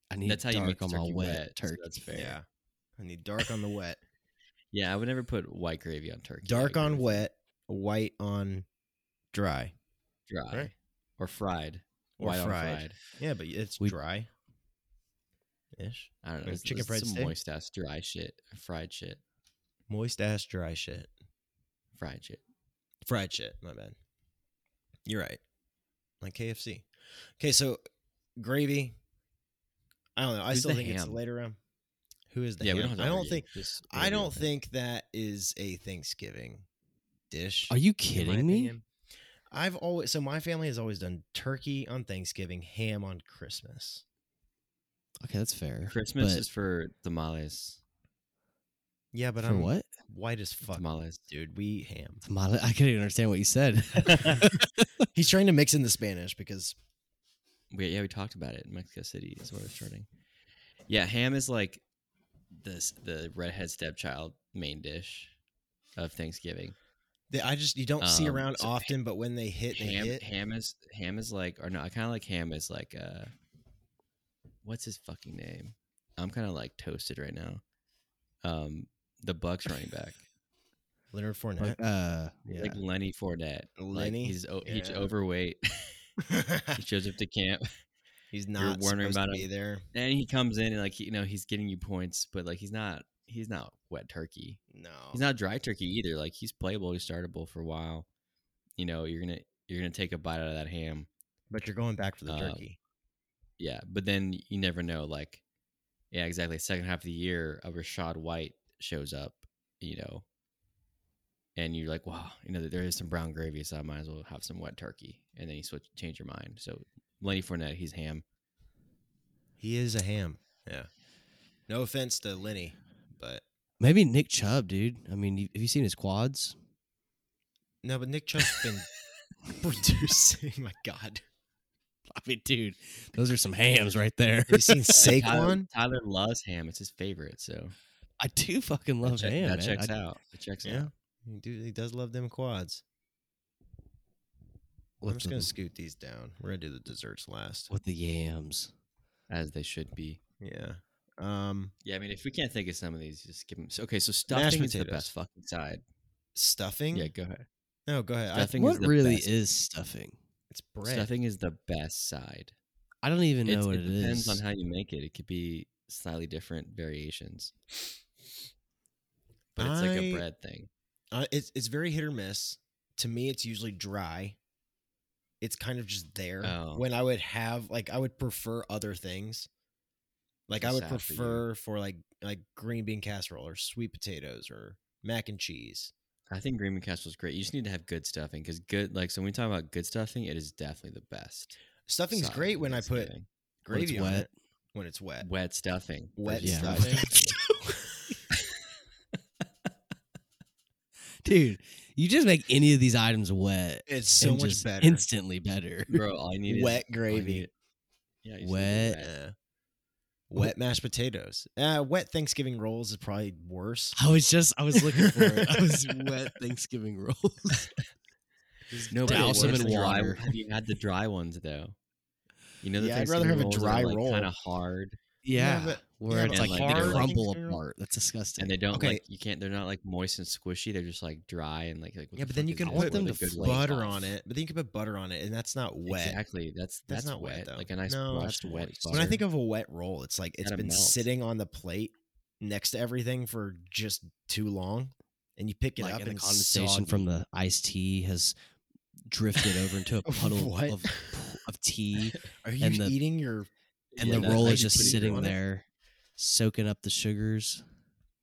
S2: I need
S3: that's how you
S2: dark
S3: make
S2: on my
S3: turkey
S2: wet,
S3: wet, so
S2: turkey.
S3: that's fair. Yeah.
S1: Yeah, I need dark on the wet,
S3: yeah, I would never put white gravy on turkey. I
S1: dark
S3: agree
S1: on
S3: with you.
S1: wet, white on dry
S3: dry
S1: Right.
S3: or fried
S1: or
S3: White on
S1: fried. Yeah, but it's
S2: We-
S1: dry. Ish,
S3: I don't know.
S1: Or
S3: It's,
S1: chicken
S3: it's
S1: fried
S3: some
S1: steak?
S3: moist ass dry shit, fried shit,
S1: moist ass dry shit,
S3: fried shit.
S1: fried shit. My bad. You're right. Like KFC. Okay, so gravy. I don't know. I
S3: Who's
S1: still
S3: the
S1: think it's the
S3: ham?
S1: later on. Who is the
S3: yeah,
S1: ham?
S3: we don't. Have to
S1: I don't
S3: argue.
S1: think.
S3: Just
S1: I
S3: agree
S1: don't
S3: with it.
S1: think that is a Thanksgiving dish.
S2: Are you
S1: in my
S2: kidding me?
S1: opinion. I've always so my family has always done turkey on Thanksgiving, ham on Christmas.
S2: Okay, that's fair.
S3: Christmas
S2: but
S3: is for tamales.
S1: Yeah, but
S2: for
S1: I'm
S2: what?
S1: white as fuck,
S3: Tamales.
S1: dude. We eat ham.
S2: Tamale? I couldn't even understand what you said.
S1: He's trying to mix in the Spanish because
S3: We, yeah, we talked about it. in Mexico City is where we're starting. Yeah, ham is like this the redhead stepchild main dish of Thanksgiving.
S1: they, I just you don't see
S3: Um,
S1: around
S3: so ha-
S1: often, but when they hit, they
S3: ham,
S1: hit.
S3: ham is ham is like or no i kind of like ham is like uh what's his fucking name i'm kind of like toasted right now um the bucks running back
S1: Leonard Fournette.
S2: Like, uh, yeah.
S3: like lenny Fournette. Like,
S1: Lenny?
S3: he's o he's
S1: Yeah.
S3: overweight he shows up to camp
S1: He's
S3: You're
S1: not
S3: wondering
S1: supposed to
S3: about
S1: be
S3: him.
S1: there.
S3: And he comes in and like he- you know he's getting you points, but like he's not he's not wet turkey.
S1: No,
S3: He's not dry turkey either. Like he's playable, he's startable for a while. You know, you're gonna you're gonna take a bite out of that ham.
S1: But you're going back for the
S3: Uh,
S1: turkey.
S3: Yeah, but then you never know. Like, yeah, exactly. Second half of the year, a Rashad White shows up. You know, and you're like, wow, you know, there is some brown gravy, so I might as well have some wet turkey. And then you switch, change your mind. So Lenny Fournette, he's ham.
S1: He is a ham. Yeah. No offense to Lenny, but
S2: Maybe Nick Chubb, dude. I mean, you- have you seen his quads?
S1: no, but Nick Chubb's been producing. My God,
S2: I mean, dude, those are some hams right there.
S1: have you seen
S3: Tyler,
S1: Saquon?
S3: Tyler loves ham. It's his favorite. So
S2: I do fucking love
S3: check-
S2: ham.
S3: that
S2: man.
S3: checks
S2: I-
S3: out. It checks
S1: Yeah,
S3: out.
S1: he, do, he does love them quads. I'm
S2: With
S1: just gonna
S2: the,
S1: scoot these down. We're gonna do the desserts last.
S2: with the yams.
S3: As they should be.
S1: Yeah. Um,
S3: Yeah, I mean, if we can't think of some of these, just give them. So, okay, so stuffing
S1: Mashed
S3: is the
S1: potatoes.
S3: best fucking side.
S1: stuffing.
S3: Yeah, go ahead.
S1: No, go ahead. I,
S3: Stuffing is
S2: What
S3: the
S2: really
S3: best.
S2: is stuffing?
S1: it's bread.
S3: Stuffing is the best side.
S2: I don't even know
S3: It's-
S2: what
S3: it depends
S2: is.
S3: on how you make it. It could be slightly different variations, but it's like
S1: I-
S3: a bread thing.
S1: Uh, it's it's very hit or miss. To me, it's usually dry. It's kind of just there.
S3: Oh.
S1: When I would have like I would prefer other things. Like I
S3: That's
S1: would
S3: sad for you.
S1: prefer for like like green bean casserole or sweet potatoes or mac and cheese.
S3: I think green bean casserole is great. You just need to have good stuffing because good, like, so when we talk about good stuffing, it is definitely the best.
S1: Stuffing's
S3: side
S1: great
S3: of
S1: when I put
S3: Thanksgiving.
S2: When it's
S1: gravy on
S2: wet.
S1: it when it's wet.
S3: wet stuffing.
S1: Wet
S3: versus
S2: Yeah.
S3: dry
S1: stuffing.
S2: Dude, you just make any of these items wet.
S1: It's so
S2: and
S1: much
S2: just
S1: better.
S2: Instantly better.
S3: Bro, all you need is-
S1: Wet
S3: all you
S1: gravy.
S3: need- Yeah, you just need
S2: Wet.
S1: Yeah. Wet mashed potatoes. Uh, wet Thanksgiving rolls is probably worse.
S2: I was just, I was looking for it. I was wet Thanksgiving rolls.
S3: No, but
S2: douse
S3: it
S2: them
S3: was
S2: in
S3: the dry-
S2: water.
S3: Have you had the dry ones though? You know, the
S1: Yeah, I'd rather have a dry roll.
S3: kind of hard,
S2: yeah.
S1: but-
S2: where
S1: yeah,
S2: it's
S3: but
S2: like
S3: like
S2: they
S3: hard
S2: crumble
S1: Thanksgiving roll-
S2: apart. That's disgusting.
S3: and they don't
S1: Okay.
S3: like you can't. They're not like moist and squishy. They're just like dry and like like. what
S1: yeah,
S3: the
S1: but then
S3: fuck
S1: you
S3: is
S1: can
S3: this?
S2: want
S1: put
S3: What
S2: them
S3: is
S2: to
S3: a good way
S1: butter
S3: off?
S1: on it, but then you can put butter on it, and that's not wet.
S3: Exactly. That's that's,
S1: not wet,
S3: wet.
S1: though.
S3: Like a nice
S1: No.
S3: brushed
S2: That's
S3: wet.
S2: moist.
S3: Butter.
S1: When I think of a wet roll, it's like it's
S3: Gotta
S1: been
S3: melt.
S1: sitting on the plate next to everything for just too long, and you pick it
S2: like
S1: up
S2: and the
S1: and
S2: condensation from the iced tea has drifted over into a puddle
S1: What?
S2: of, of tea,
S1: Are you
S2: and the-
S1: eating your?
S2: and
S1: Yeah,
S2: the
S1: that-
S2: roll
S1: I
S2: is
S1: just
S2: just
S1: put it
S2: sitting
S1: on it.
S2: there, soaking up the sugars.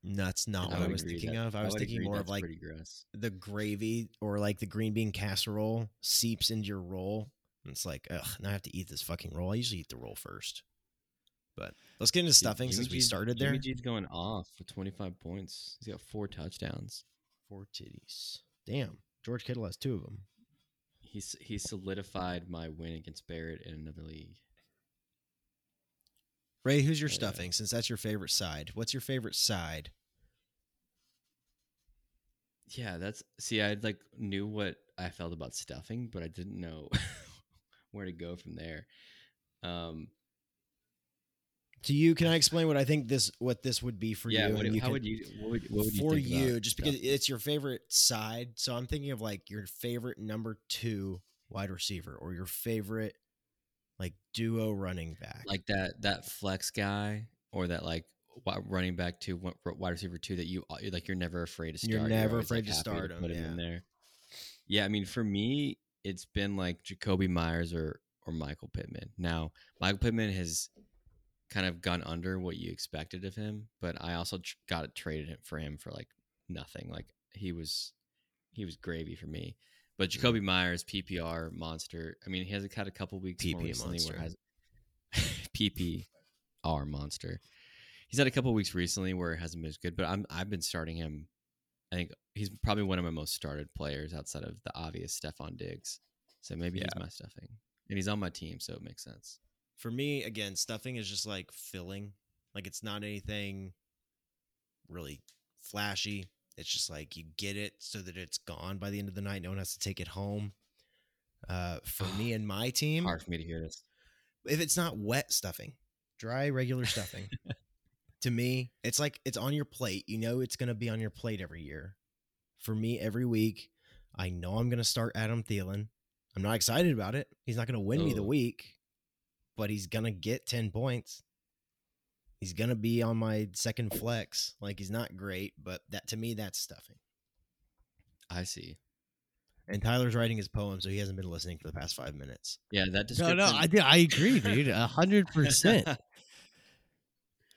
S1: No, that's not
S3: I
S1: oh, what I
S3: would
S1: was
S3: agree
S1: thinking
S3: that-
S1: of. I was
S3: would
S1: thinking
S3: agree
S1: more of
S3: that's
S1: like
S3: pretty gross.
S1: the gravy or like the green bean casserole seeps into your roll, and it's like, ugh, now I have to eat this fucking roll. I usually eat the roll first. But let's get into
S3: Dude,
S1: stuffing
S3: Jimmy
S1: since we
S3: G's-
S1: started there.
S3: Jimmy G's going off for 25 points. He's got four touchdowns.
S1: Four titties. Damn, George Kittle has two of them.
S3: He's he solidified my win against Barrett in another league.
S1: Ray, who's your
S3: Yeah.
S1: stuffing? Since that's your favorite side, what's your favorite side?
S3: Yeah, that's see, I like knew what I felt about stuffing, but I didn't know where to go from there. Um,
S1: To you, can I explain what I think this what this would be for
S3: yeah,
S1: you?
S3: what,
S1: and
S3: do-
S1: you
S3: how
S1: can-
S3: would you what would, what would you
S1: for
S3: think about
S1: you? Just because
S3: stuffing?
S1: it's your favorite side, so I'm thinking of like your favorite number two wide receiver or your favorite like duo running back.
S3: like that that flex guy or that like wi- running back to wi- wide receiver two that you you're like you're never afraid to start.
S1: You're never
S3: always,
S1: afraid to
S3: happy
S1: start 'em,
S3: Put him in
S1: yeah.
S3: there. Yeah, I mean, for me, it's been like Jacoby Myers or or Michael Pittman. Now, Michael Pittman has kind of gone under what you expected of him, but I also tr- got it traded him- for him for like nothing. Like he was he was gravy for me. But Jacoby Myers, PPR monster. I mean, he hasn't had a couple weeks more
S1: PP
S3: recently where it
S1: monster.
S3: has PPR monster. He's had a couple weeks recently where it hasn't been as good, but I'm I've been starting him. I think he's probably one of my most started players outside of the obvious Stefan Diggs. So maybe he's my stuffing. And he's on my team, so it makes sense.
S1: for me, again, stuffing is just like filling. Like it's not anything really flashy. It's just like you get it so that it's gone by the end of the night. No one has to take it home. Uh, for me and my team,
S3: Hard for me to hear this.
S1: if it's not wet stuffing, dry regular stuffing. to me, it's like it's on your plate. You know it's going to be on your plate every year. For me, every week, I know I'm going to start Adam Thielen. I'm not excited about it. He's not going to win me the
S3: Oh.
S1: week, but he's gonna get ten points. He's gonna be on my second flex. Like he's not great, but that to me that's stuffing.
S3: I see.
S1: And Tyler's writing his poem, so he hasn't been listening for the past five minutes.
S3: Yeah, that
S2: No,
S3: description.
S2: no, I did. I agree, dude. A hundred percent.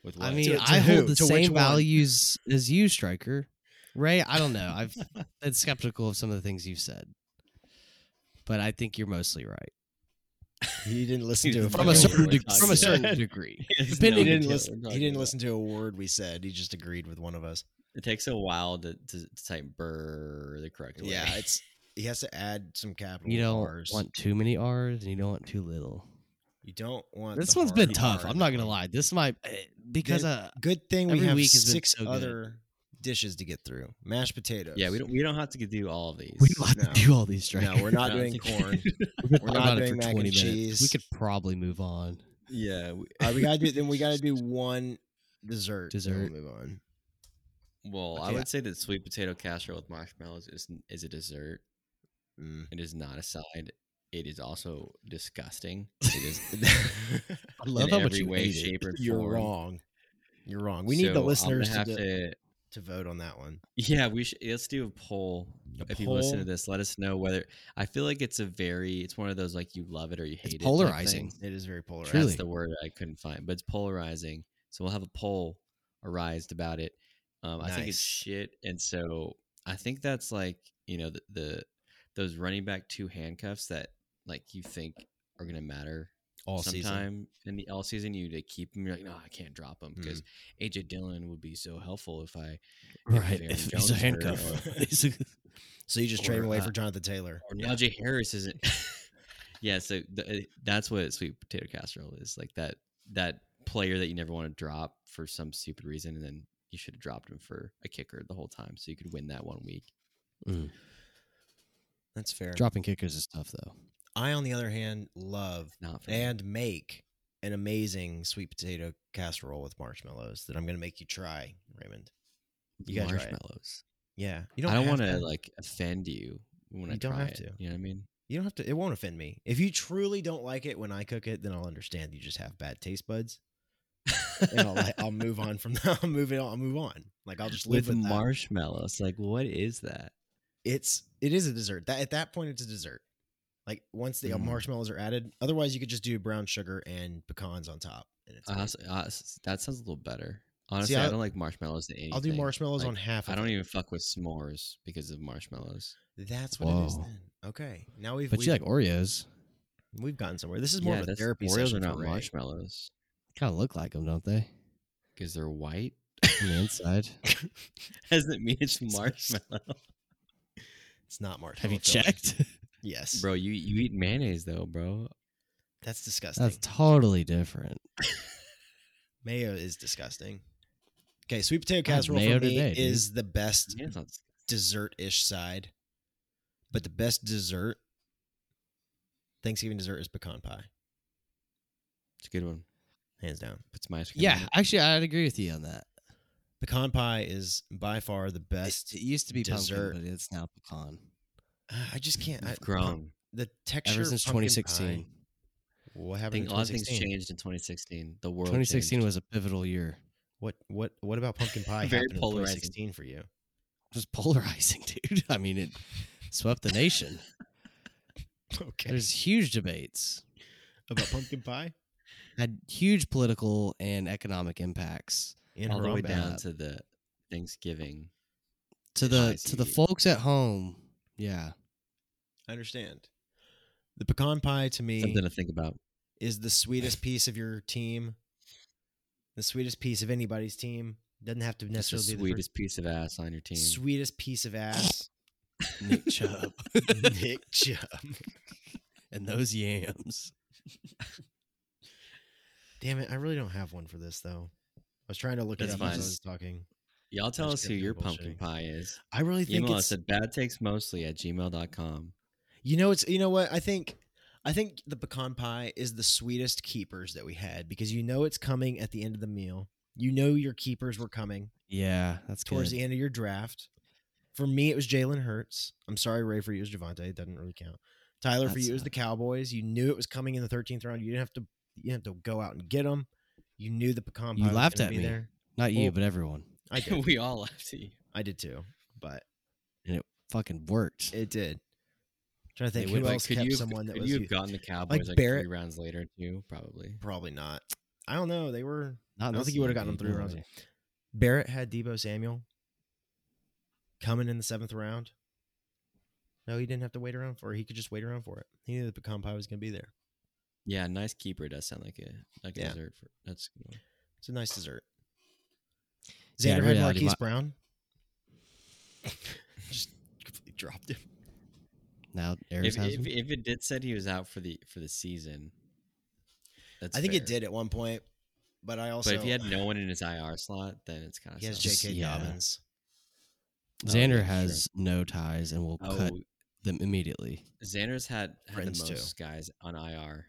S3: With
S2: I
S3: what?
S2: mean,
S1: To- to
S2: I hold
S1: who?
S2: the
S1: To which one?
S2: same values as you, Striker. Ray, I don't know. I've been skeptical of some of the things you've said, but I think you're mostly right
S1: He didn't listen to
S3: He's
S1: a
S2: from
S3: I
S2: a
S1: fucking
S3: don't
S2: certain
S1: word.
S3: really
S2: de-
S3: talk
S2: from a
S3: about
S2: certain
S3: that.
S2: degree.
S3: Yes,
S1: He
S2: depending-
S3: no,
S1: didn't
S3: yeah,
S1: listen.
S3: we're not
S1: He didn't
S3: doing
S1: listen to a word we said. He just agreed with one of us.
S3: that. It takes a while to, to, to type "burr" the correct way.
S1: Yeah, it's he has to add some capital
S2: You don't
S1: R's.
S2: want too many R's, and you don't want too little.
S1: you don't want.
S2: This
S1: the
S2: one's been
S1: hard
S2: tough.
S1: R
S2: I'm
S1: in
S2: not
S1: the
S2: gonna
S1: name.
S2: lie. This might eh, because uh,
S1: Good thing we
S2: Every
S1: have
S2: week has been
S1: six
S2: so good.
S1: other dishes to get through. Mashed potatoes.
S3: yeah. We don't we don't have to do all of these.
S2: we don't have
S1: no.
S2: to do all these strikers.
S1: No, we're not
S3: No,
S1: doing
S3: I think-
S1: corn.
S2: We've been
S1: we're
S2: talking
S1: not
S2: about it
S1: doing
S2: for
S1: mac
S2: 20
S1: and
S2: minutes. We
S1: cheese.
S2: could probably move on.
S3: yeah. We,
S1: All right, we gotta do. Then we gotta do one dessert. then we'll
S2: Dessert.
S1: move on.
S3: well, I
S2: Okay, I-
S3: would say that sweet potato casserole with marshmallows is is a dessert.
S1: Mm.
S3: It is not a side. It is also disgusting. It is
S2: I
S3: in
S2: love how much
S3: every
S2: you
S3: way,
S2: hate it.
S3: shape, or
S1: You're
S3: form.
S1: wrong. You're wrong. We need
S3: So
S1: the
S3: I'm gonna
S1: listeners to,
S3: have
S1: do-
S3: to
S1: to vote on that one.
S3: Yeah, we should. Let's do a poll.
S1: A
S3: if you listen
S1: poll?
S3: to this, let us know whether I feel like it's a very. It's one of those like you love it or you hate
S2: It's
S3: it. type
S2: polarizing.
S3: thing.
S1: It is very polarized.
S2: Truly.
S3: That's the word I couldn't find, but it's polarizing. So we'll have a poll arised about it. Um, I think it's
S1: Nice.
S3: shit, and so I think that's like you know the, the those running back two handcuffs that like you think are gonna matter
S1: All season.
S3: sometime in the all season. You to keep them. You're like, no, I can't drop them because
S1: Mm.
S3: AJ Dillon would be so helpful if I
S2: Right.
S3: Aaron
S2: If
S3: Jones
S2: he's a
S3: were-
S2: handcuff.
S1: uh, or-
S2: He's a-
S1: So you just trade
S3: Or,
S1: him away
S3: uh,
S1: for Jonathan Taylor.
S3: or Najee Harris isn't. yeah, so th- that's what sweet potato casserole is like that that player that you never want to drop for some stupid reason, and then you should have dropped him for a kicker the whole time, so you could win that one week.
S2: Mm.
S1: That's fair.
S2: Dropping kickers is tough though.
S1: I, on the other hand, love
S3: Not for me.
S1: and make an amazing sweet potato casserole with marshmallows that I'm going to make you try, Raymond. you gotta try it.
S3: marshmallows.
S1: Yeah, you
S3: I don't
S1: have
S3: want to like offend you when I
S1: You don't
S3: try
S1: have
S3: it,
S1: to.
S3: You know what I mean?
S1: You don't have to. It won't offend me. If you truly don't like it when I cook it, then I'll understand. You just have bad taste buds, and I'll let- I'll move on from that. I'll move it. I'll move on. Like I'll just live
S3: with,
S1: with, that.
S3: marshmallows. Like, what is that?
S1: It's it is a dessert. That at that point, it's a dessert. Like once the
S2: Mm.
S1: marshmallows are added, otherwise you could just do brown sugar and pecans on top, and it's.
S3: I
S1: great.
S3: also, I also- that sounds a little better. Honestly, I,
S1: I-
S3: don't like marshmallows to anything.
S1: I'll do marshmallows
S3: like,
S1: on half. Of
S3: I
S1: it.
S3: don't even fuck with s'mores because of marshmallows.
S1: That's what it is
S2: Whoa.
S1: then. Okay. Now we've
S2: But
S1: we've,
S2: you like Oreos.
S1: we've gotten somewhere. This is more of a
S3: that's-
S1: therapy
S3: Oreos
S1: session
S3: are not
S1: for Ray.
S3: marshmallows
S2: Kind of look like them, don't they?
S3: because they're white.
S2: On the inside.
S3: Doesn't mean it's marshmallow,
S1: It's not marshmallow.
S2: Have you
S1: filling.
S2: checked?
S1: Yes.
S3: bro. You you eat mayonnaise though, bro.
S1: That's disgusting.
S2: That's totally different.
S1: mayo is disgusting. Okay, sweet potato
S2: had
S1: casserole
S2: mayo
S1: for me
S2: today, dude.
S1: is the best
S3: Yeah, it's not disgusting.
S1: dessert-ish side. But the best dessert Thanksgiving dessert is pecan pie,
S3: It's a good one.
S1: hands down.
S3: Put some ice cream.
S2: Yeah,
S3: on it.
S2: actually, I'd agree with you on that.
S1: Pecan pie is by far the
S2: It,
S1: best.
S2: it used to be
S1: dessert.
S2: pumpkin, but it's now pecan.
S1: Ah, I just can't. I,
S3: I've grown.
S1: The texture
S2: Ever since
S1: of pumpkin
S2: 2016.
S1: pie- what
S3: I
S1: happened?
S3: think
S1: in
S3: a lot of things
S1: 2016?
S3: changed in 2016. The world.
S2: 2016
S3: changed.
S2: was a pivotal year.
S1: What what what about pumpkin pie
S3: Very
S1: happened in
S3: polarizing.
S1: 2016 for you?
S2: It was polarizing, dude. I mean, it swept the nation.
S1: Okay.
S2: There's huge debates,
S1: about pumpkin pie?
S2: had huge political and economic impacts
S1: In
S3: all the way
S1: Harambe.
S3: down
S2: Harambe.
S3: to the Thanksgiving.
S2: to
S3: Yeah, I
S2: the to the
S3: see.
S2: folks at home. Yeah,
S1: I understand. The pecan pie to me
S3: Something to think about.
S1: is the sweetest piece of your team. The sweetest piece of anybody's team. Doesn't have to
S3: That's the
S1: necessarily be
S3: sweetest piece of ass on
S1: the
S3: your team.
S1: first, sweetest piece of ass.
S2: Nick Chubb
S1: Nick Chubb.
S2: and those yams.
S1: Damn it, I really don't have one for this though. I was trying to look it
S3: That's
S1: up as I
S3: fine.
S1: was talking.
S3: Y'all tell
S1: just
S3: us who
S1: gonna do
S3: your
S1: bullshitting.
S3: pumpkin pie is.
S1: I really think
S3: Email
S1: it's
S3: us at badtakesmostly at gmail.com.
S1: You know, it's you know what I think. I think the pecan pie is the sweetest keepers that we had because you know it's coming at the end of the meal. You know your keepers were coming
S2: Yeah, that's
S1: towards
S2: good.
S1: the end of your draft. For me, it was Jalen Hurts. I'm sorry, Ray. For you, it was Javante. It doesn't really count. Tyler, for
S3: uh
S2: That's
S1: you, it was
S2: a-
S1: the Cowboys. You knew it was coming in the 13th round. You didn't have to. you have to go out and get them. You knew the pecan pie.
S2: You
S1: was
S2: laughed
S1: gonna
S2: at
S1: be
S2: me.
S1: There.
S2: Not you,
S1: Well-
S2: but everyone.
S1: I did.
S3: we all laughed at you.
S1: I did too, but
S2: Fucking worked.
S1: it did. trying to
S2: They
S1: think
S2: would-
S1: who
S3: Like,
S1: else
S3: could
S1: kept
S3: you have-
S1: someone that
S3: could
S1: was
S3: you
S1: u-
S3: have gotten the Cowboys like,
S1: Barrett-
S3: three rounds later too? Probably.
S1: probably not. I don't know. They were I
S2: Not
S1: don't
S2: this
S1: think you would've
S2: year,
S1: gotten
S2: dude,
S1: three
S2: no
S1: rounds.
S2: way.
S1: Barrett had Debo Samuel coming in the seventh round. No, he didn't have to wait around for it. He could just wait around for it. He knew the pecan pie was going to be there.
S3: Yeah, nice keeper does sound like a like a
S1: Yeah.
S3: dessert. For, that's a good one.
S1: It's a nice dessert.
S2: Yeah,
S1: Xander
S2: in
S1: had
S2: reality,
S1: Marquise
S2: my-
S1: Brown. just completely dropped him.
S2: Now Aries
S3: If,
S2: has
S3: if,
S2: him?
S3: if it did said he was out for the for the season, that's
S1: I think
S3: fair.
S1: it did at one point, but I
S3: But
S1: also
S3: if he had no one in his IR slot, then it's kind of
S1: he has
S2: Just-
S1: J.K.
S2: yeah.
S1: Dobbins.
S3: oh,
S2: Xander
S3: yeah,
S2: has no ties and will cut
S3: Oh,
S2: them immediately.
S3: Xander's had, had the
S1: Friends, too.
S3: most guys on IR,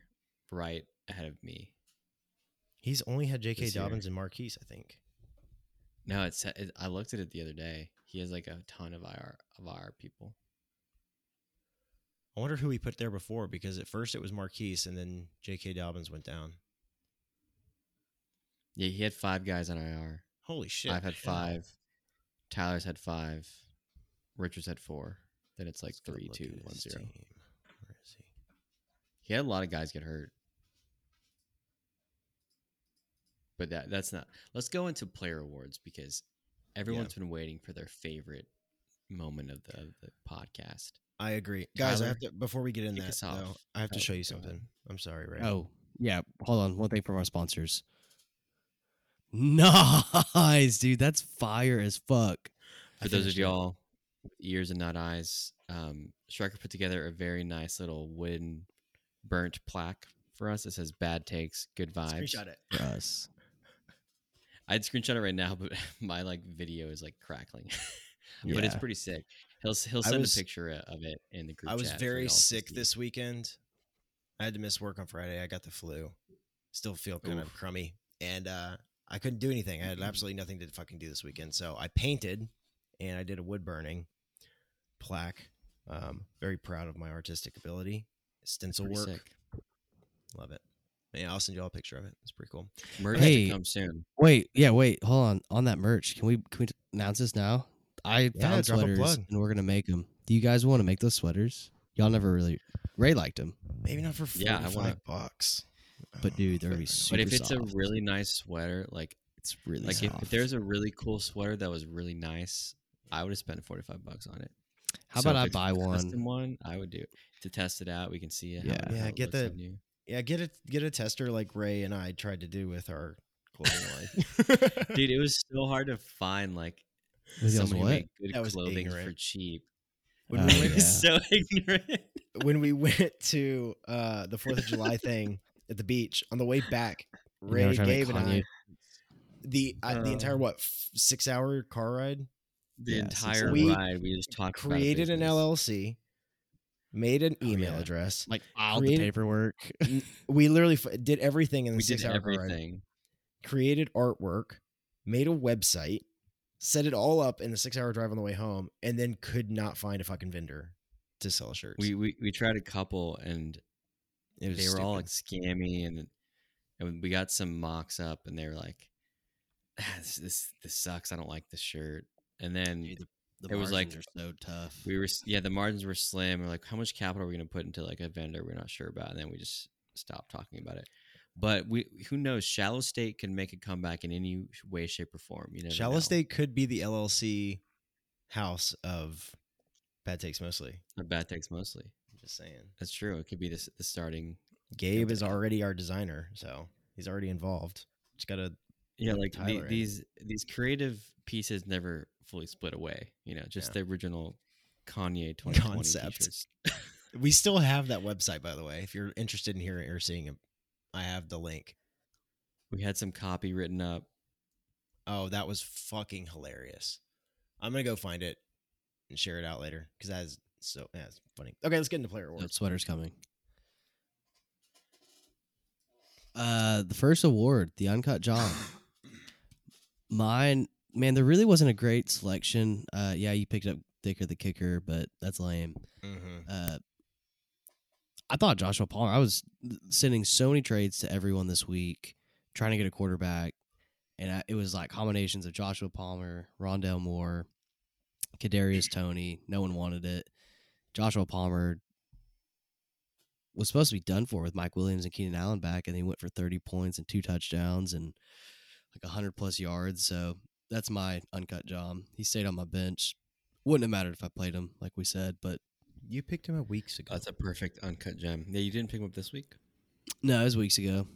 S3: right ahead of me.
S1: He's only had J.K.
S3: This year.
S1: Dobbins and Marquise, I think.
S3: No, it's it, I looked at it the other day. He has like a ton of IR of IR people.
S1: I wonder who he put there before because at first it was Marquise and then J.K. Dobbins went down.
S3: Yeah, he had five guys on IR.
S1: Holy shit.
S3: I've had
S1: Yeah.
S3: five. Tyler's had five. Richards had four. Then it's like
S1: Let's go
S3: three,
S1: look
S3: two,
S1: at
S3: one,
S1: his
S3: zero.
S1: team. Where is he?
S3: He had a lot of guys get hurt. But that that's not. Let's go into player awards because everyone's been waiting for their favorite moment of the, of the podcast.
S1: I agree, guys. I
S3: Tyler,
S1: have to before we get in
S3: kick
S1: that.
S3: us off.
S1: Though, I have to
S3: Oh,
S1: show you
S3: go ahead.
S1: something. I'm sorry, Ray.
S2: Oh, yeah. Hold on. One thing from our sponsors. Nice, dude. That's fire as fuck.
S3: For
S1: I
S3: those of
S1: finished it.
S3: y'all with ears and not eyes, um, Striker put together a very nice little wooden burnt plaque for us. It says "Bad takes, good vibes."
S1: screenshot it.
S2: For us.
S3: I'd screenshot it right now, but my like video is like crackling. But it's
S2: Yeah.
S3: pretty sick. He'll s- he'll
S1: I
S3: send
S1: was-
S3: a picture o- of it in the group.
S1: I was
S3: chat for
S1: very
S3: y'all to
S1: sick
S3: see.
S1: this weekend. I had to miss work on Friday. I got the flu. Still feel kind of
S3: Oof. Mm-hmm.
S1: crummy, and uh, I couldn't do anything. I had absolutely nothing to fucking do this weekend. So I painted, and I did a wood burning plaque. Um, very proud of my artistic ability. Stencil
S3: Pretty
S1: work,
S3: sick.
S1: love it. Yeah, I'll send you all a picture of it. It's pretty cool.
S3: Merch
S2: Hey.
S3: to come soon.
S2: Wait, yeah, wait. Hold on. On that merch, can we can we announce this now? I
S1: Yeah,
S2: found
S1: drop a
S2: sweaters
S1: plug.
S2: and we're gonna make them. Do you guys want to make those sweaters? Y'all never really Ray liked them,
S1: Maybe not for
S3: Yeah, I
S1: forty-five
S3: wanna-
S1: bucks.
S2: but
S1: Oh,
S2: dude,
S1: fair
S2: they're gonna be
S1: enough.
S2: super
S3: But if it's
S2: soft.
S3: a really nice sweater, like
S2: it's really
S3: like if,
S2: soft.
S3: if there's a really cool sweater that was really nice, I would have spent forty five bucks on it.
S2: how
S3: so
S2: about
S3: if
S2: I
S3: it's
S2: buy
S3: Custom
S2: one?
S3: one, I would do it to test it out. We can see how,
S2: Yeah.
S3: how
S1: Yeah,
S3: it
S1: get
S3: looks
S1: the-
S3: on you.
S1: Yeah, get a get a tester like Ray and I tried to do with our clothing line.
S3: dude. It was so hard to find like
S2: With y'all's
S3: someone who
S2: what?
S3: made good
S1: That was
S3: clothing for
S1: ignorant.
S3: cheap.
S1: when,
S2: Oh,
S1: we
S3: It
S1: went,
S2: yeah.
S3: was so ignorant.
S1: when we went to uh, the Fourth of July thing at the beach on the way back,
S2: You know,
S1: Ray,
S2: we're trying to make
S1: Gabe, and I
S2: Kanye-
S1: the I, the
S3: Oh.
S1: entire what f- six hour car ride
S3: The
S2: Yeah, six
S3: entire
S1: hours. We
S3: ride we just talked about a
S1: created an
S3: business.
S1: LLC, made an
S3: Oh,
S1: email
S3: yeah.
S1: address.
S2: like all the
S1: created-
S2: paperwork.
S1: We literally f- did everything in the
S3: We
S1: six
S3: did
S1: hour car ride.
S3: everything.
S1: created artwork, made a website, set it all up in the six hour drive on the way home, and then could not find a fucking vendor to sell shirts.
S3: We, we we tried a couple and
S1: it
S3: they were all like scammy and and we got some mocks up and they were like "Ah, this this, this sucks I don't like this shirt and then
S2: the
S3: it was like- margins
S2: are so tough.
S3: we were s- yeah the margins were slim we're like how much capital are we going to put into like a vendor we're not sure about and then we just stopped talking about it but we who knows shallow state can make a comeback in any way shape or form you never know
S1: Shallow State could be the LLC house of bad takes mostly.
S3: a bad takes mostly
S1: I'm just saying.
S3: that's true it could be this the starting
S1: Gabe is already our designer, so he's already involved. Just gotta Yeah,
S3: yeah like the-
S1: Tyler, eh?
S3: these these creative pieces never fully split away you know just the original kanye 2020
S1: Concept.
S3: t-shirts.
S1: we still have that website by the way. If you're interested in hearing or seeing it, I have the link.
S3: we had some copy written up
S1: Oh, that was fucking hilarious. I'm gonna go find it and share it out later because that's so yeah, it's funny. Okay, let's get into player
S2: That
S1: awards.
S2: sweater's coming. Uh, the first award, the uncut job. Mine, man, there really wasn't a great selection. Uh, yeah, you picked up Dicker the kicker, but that's lame.
S1: Mm-hmm.
S2: Uh, I thought Joshua Palmer. I was sending so many trades to everyone this week, trying to get a quarterback, and I, it was like combinations of Joshua Palmer, Rondell Moore, Kadarius Tony. No one wanted it. Joshua Palmer was supposed to be done for with Mike Williams and Keenan Allen back, and he went for thirty points and two touchdowns and like hundred plus yards. So that's my uncut job. He stayed on my bench. Wouldn't have mattered if I played him, like we said, but
S4: You picked him up weeks ago.
S3: That's a perfect uncut gem. Yeah, you didn't pick him up this week.
S2: no, it was weeks ago.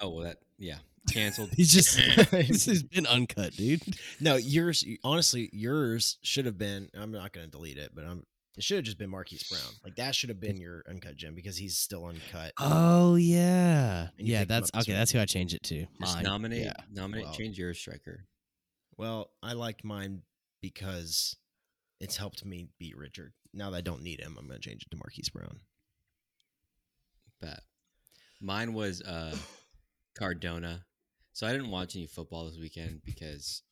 S3: Oh well, that yeah, canceled.
S2: He's just he's been uncut, dude.
S1: No, yours honestly, yours should have been. I'm not going to delete it, but I'm. It should have just been Marquise Brown. Like that should have been your uncut gem because he's still uncut.
S2: Oh yeah,
S1: And you
S2: yeah.
S1: picked him
S2: That's
S1: up this
S2: okay. That's who I changed it to.
S3: Just
S2: Mine.
S3: nominate,
S2: Yeah.
S3: nominate,
S1: Wow.
S3: change your striker.
S1: Well, I liked mine because it's helped me beat Richard. Now that I don't need him, I'm going to change it to Marquise Brown.
S3: Bet. Mine was uh, Cardona. So I didn't watch any football this weekend because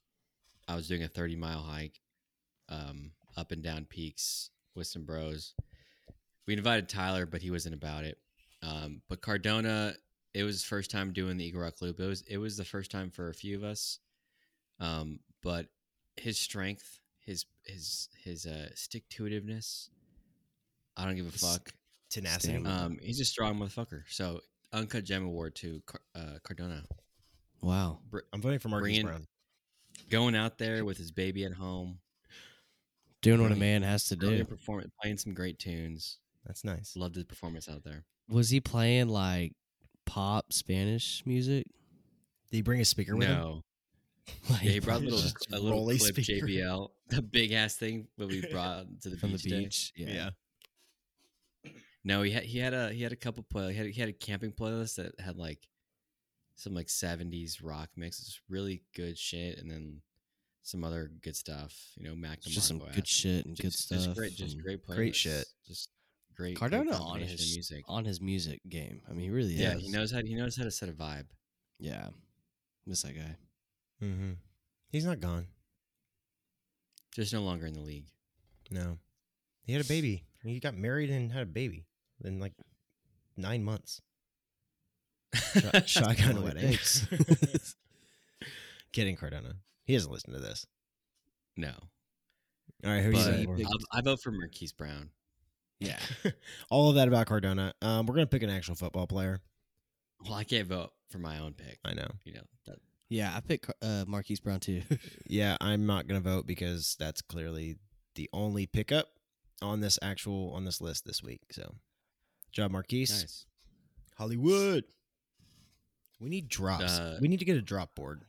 S3: I was doing a 30 mile hike um, up and down peaks with some bros. We invited Tyler, but he wasn't about it. Um, but Cardona, it was his first time doing the Eagle Rock Loop. It was it was the first time for a few of us. Um, but his strength, his his his uh, stick to itiveness, I don't give a fuck.
S1: Tenacity.
S2: Stamina.
S3: Um, he's a strong motherfucker. So uncut gem award to Car- uh, Cardona,
S2: Wow.
S1: I'm voting for Marquise
S3: Bringing-
S1: Brown.
S3: going out there with his baby at home,
S2: Doing what a
S3: Brilliant.
S2: man has to do.
S3: brilliant performance, playing some great tunes.
S1: That's nice.
S3: Loved his performance out there.
S2: Was he playing like pop Spanish music?
S1: Did he bring a speaker with him?
S3: No,
S2: Like,
S3: yeah, he brought a
S1: probably
S3: little,
S1: just
S3: a little
S1: Rolly
S3: clip
S1: speaker.
S3: JBL, the big ass thing that we brought to the
S2: from the
S3: beach. day.
S2: beach. Yeah.
S3: No, he had he had a he had a couple play. He had, he had a camping playlist that had like some like seventies rock mixes, really good shit, and then some other good stuff. You know, Mac.
S2: It's just some
S3: DeMarco
S2: good
S3: ass.
S2: shit and good
S3: just,
S2: stuff.
S3: Just great, just
S2: and
S3: great,
S1: great
S3: playlists.
S1: shit.
S3: Just great. great
S2: Cardona on
S3: combination of
S2: his-
S3: music.
S2: On his music game. I mean, he really
S3: yeah,
S2: is.
S3: he knows how he knows how to set a vibe.
S2: Yeah. Miss that guy.
S1: Mm-hmm. He's not gone.
S3: Just no longer in the league.
S1: No. He had a baby. He got married and had a baby in like nine months. Shot- Shotgun
S2: Holy
S1: wet
S2: dicks.
S1: eggs. Kidding, Cardona. He doesn't listen to this.
S3: no,
S1: All right, who
S3: But-
S1: you
S2: Big-
S3: I, I vote for Marquise Brown.
S2: Yeah.
S1: got? All of that about Cardona. Um, we're gonna pick an actual football player.
S3: Well, I can't vote for my own pick.
S1: I know.
S3: You know, that,
S2: Yeah. I picked Car- uh, Marquise Brown too.
S1: Yeah, I'm not gonna vote because that's clearly the only pickup on this actual on this list this week. So, job Marquise,
S3: nice.
S1: Hollywood. We need drops.
S3: Uh,
S1: we need to get a drop board.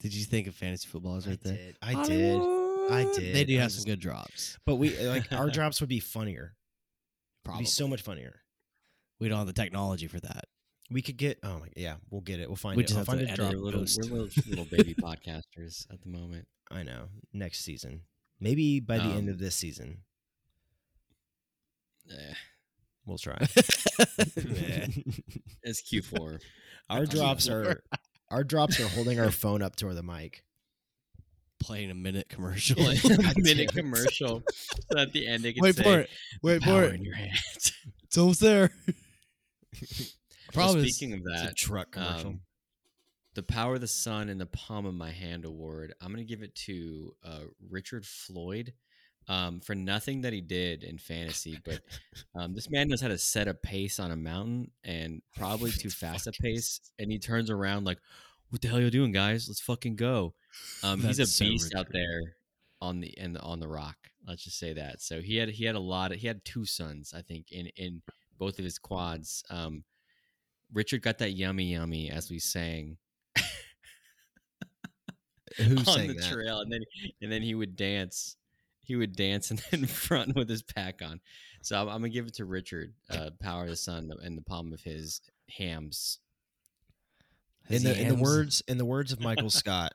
S2: did you think of fantasy footballers right there?
S1: I did. I did.
S2: They do
S1: I
S2: have
S1: was-
S2: some good drops.
S1: But we like our drops would be funnier. It'd
S2: Probably.
S1: be so much funnier.
S2: we don't have the technology for that.
S1: We could get. Oh my. Yeah, we'll get it. We'll find
S2: We
S1: it.
S2: just
S1: I'll
S2: have
S1: find
S2: to
S1: a
S2: edit
S1: drop.
S3: We're little,
S2: post.
S3: we're little, little baby podcasters at the moment.
S1: I know. Next season, maybe by the end
S3: Um,
S1: of this season,
S3: Eh,
S1: we'll try.
S2: Yeah.
S3: it's Q4.
S1: our drops are. Our drops are holding our phone up toward the mic.
S2: Playing a minute commercial.
S3: a minute commercial. So at the end, it can
S2: Wait
S3: say,
S2: for it. Wait for
S3: "Power in
S2: it.
S3: your hands."
S2: It's almost there.
S3: Well,
S2: Problem is-
S3: speaking of
S1: It's a
S3: that,
S1: truck commercial.
S3: um, the power of the sun in the palm of my hand award. I'm gonna give it to uh, Richard Floyd um, for nothing that he did in fantasy, but um, this man knows how to set a pace on a mountain and probably too fast a pace, and he turns around like, "What the hell are you doing, guys? Let's fucking go!" Um, he's a
S2: That's so
S3: beast out
S2: Richard.
S3: there on the and on the rock. Let's just say that. So he had he had a lot. Of, he had two sons, I think, in in both of his quads. Um, Richard got that yummy yummy as we sang
S1: Who's
S3: on
S1: saying
S3: the
S1: that?
S3: trail, and then and then he would dance. He would dance in, in front with his pack on. So I'm, I'm gonna give it to Richard. Uh, Power of the sun in the palm of his hams.
S1: in
S2: Has
S1: the
S2: he
S1: in the
S2: hams?
S1: words in the words of Michael Scott,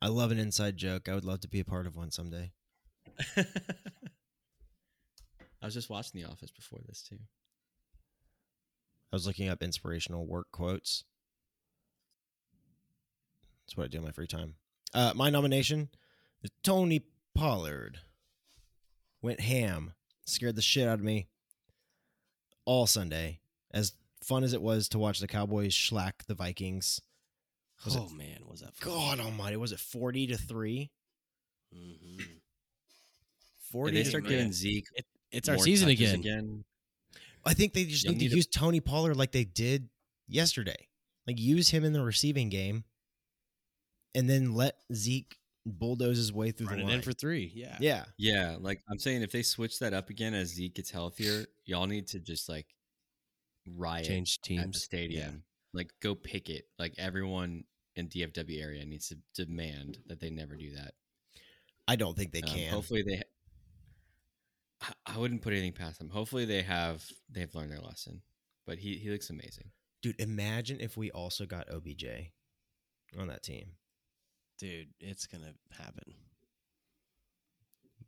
S1: I love an inside joke. I would love to be a part of one someday.
S3: I was just watching The Office before this too.
S1: I was looking up inspirational work quotes. That's what I do in my free time. Uh, my nomination is Tony Pollard. Went ham, scared the shit out of me. all Sunday. As fun as it was to watch the Cowboys schlack the Vikings, Was it-
S2: oh man, was that fun.
S1: God Almighty, was it forty to three?
S2: Mhm.
S3: If
S1: Forty.
S3: they
S1: to
S3: start
S1: three.
S3: giving Zeke.
S2: It's our
S3: more
S2: season
S3: touches
S2: again.
S1: I think they just
S3: You'll
S1: need to
S3: need to-
S1: use Tony Pollard like they did yesterday. Like use him in the receiving game, and then let Zeke bulldoze his way through
S2: Run
S1: the
S2: it
S1: line.
S2: in for three. Yeah.
S1: yeah,
S3: Yeah, like I'm saying, if they switch that up again as Zeke gets healthier, y'all need to just like riot
S2: Change
S3: at the
S2: teams.
S3: stadium. Like go picket. Like everyone in DFW area needs to demand that they never do that.
S1: I don't think they
S3: Um,
S1: can.
S3: Hopefully they. I, I wouldn't put anything past them. Hopefully they have they've learned their lesson. But he he looks amazing.
S1: Dude, imagine if we also got OBJ on that team.
S2: Dude, it's gonna happen.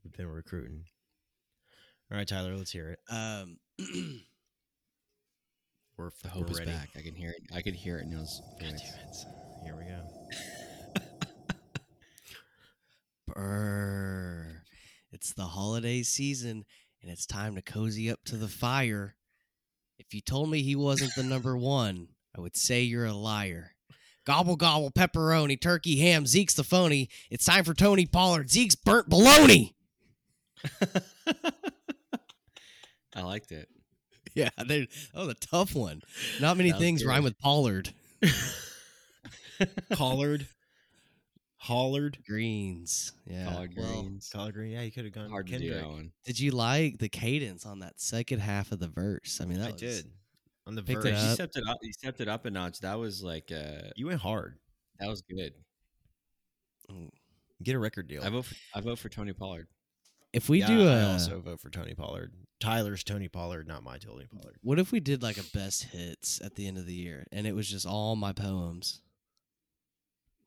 S1: We've been recruiting. All right, Tyler, let's hear it.
S2: Um
S1: We're
S3: The hope
S1: we're
S3: is
S1: ready.
S3: back. I can hear it. I can hear it in his
S1: God
S3: voice.
S1: damn it. Here we go.
S2: Brr. It's the holiday season and it's time to cozy up to the fire. If you told me he wasn't the number one, I would say you're a liar. Gobble gobble pepperoni, turkey ham, Zeke's the phony. It's time for Tony Pollard. Zeke's burnt baloney.
S3: I liked it.
S2: Yeah, they, that was a tough one. Not many
S3: That was
S2: things
S3: good.
S2: rhyme with Pollard.
S1: Collard. Hollard.
S2: Greens. Yeah.
S3: Collard
S2: Well,
S3: greens.
S1: Collard green. Yeah, you could have gone
S3: Hard to do
S1: Kendrick.
S3: that one.
S2: did you like the cadence on that second half of the verse? I mean, that
S1: I
S2: was,
S1: did. On the
S2: Picked it
S1: verge.
S3: He
S2: up.
S3: stepped it up. He stepped it up a notch. That was like uh
S1: You went hard.
S3: that was good.
S1: Get a record deal.
S3: I vote for, I vote for Tony Pollard.
S2: If we
S1: Yeah,
S2: do
S1: I
S2: a,
S1: also vote for Tony Pollard. Tyler's Tony Pollard, not my Tony Pollard.
S2: what if we did like a best hits at the end of the year, and it was just all my poems,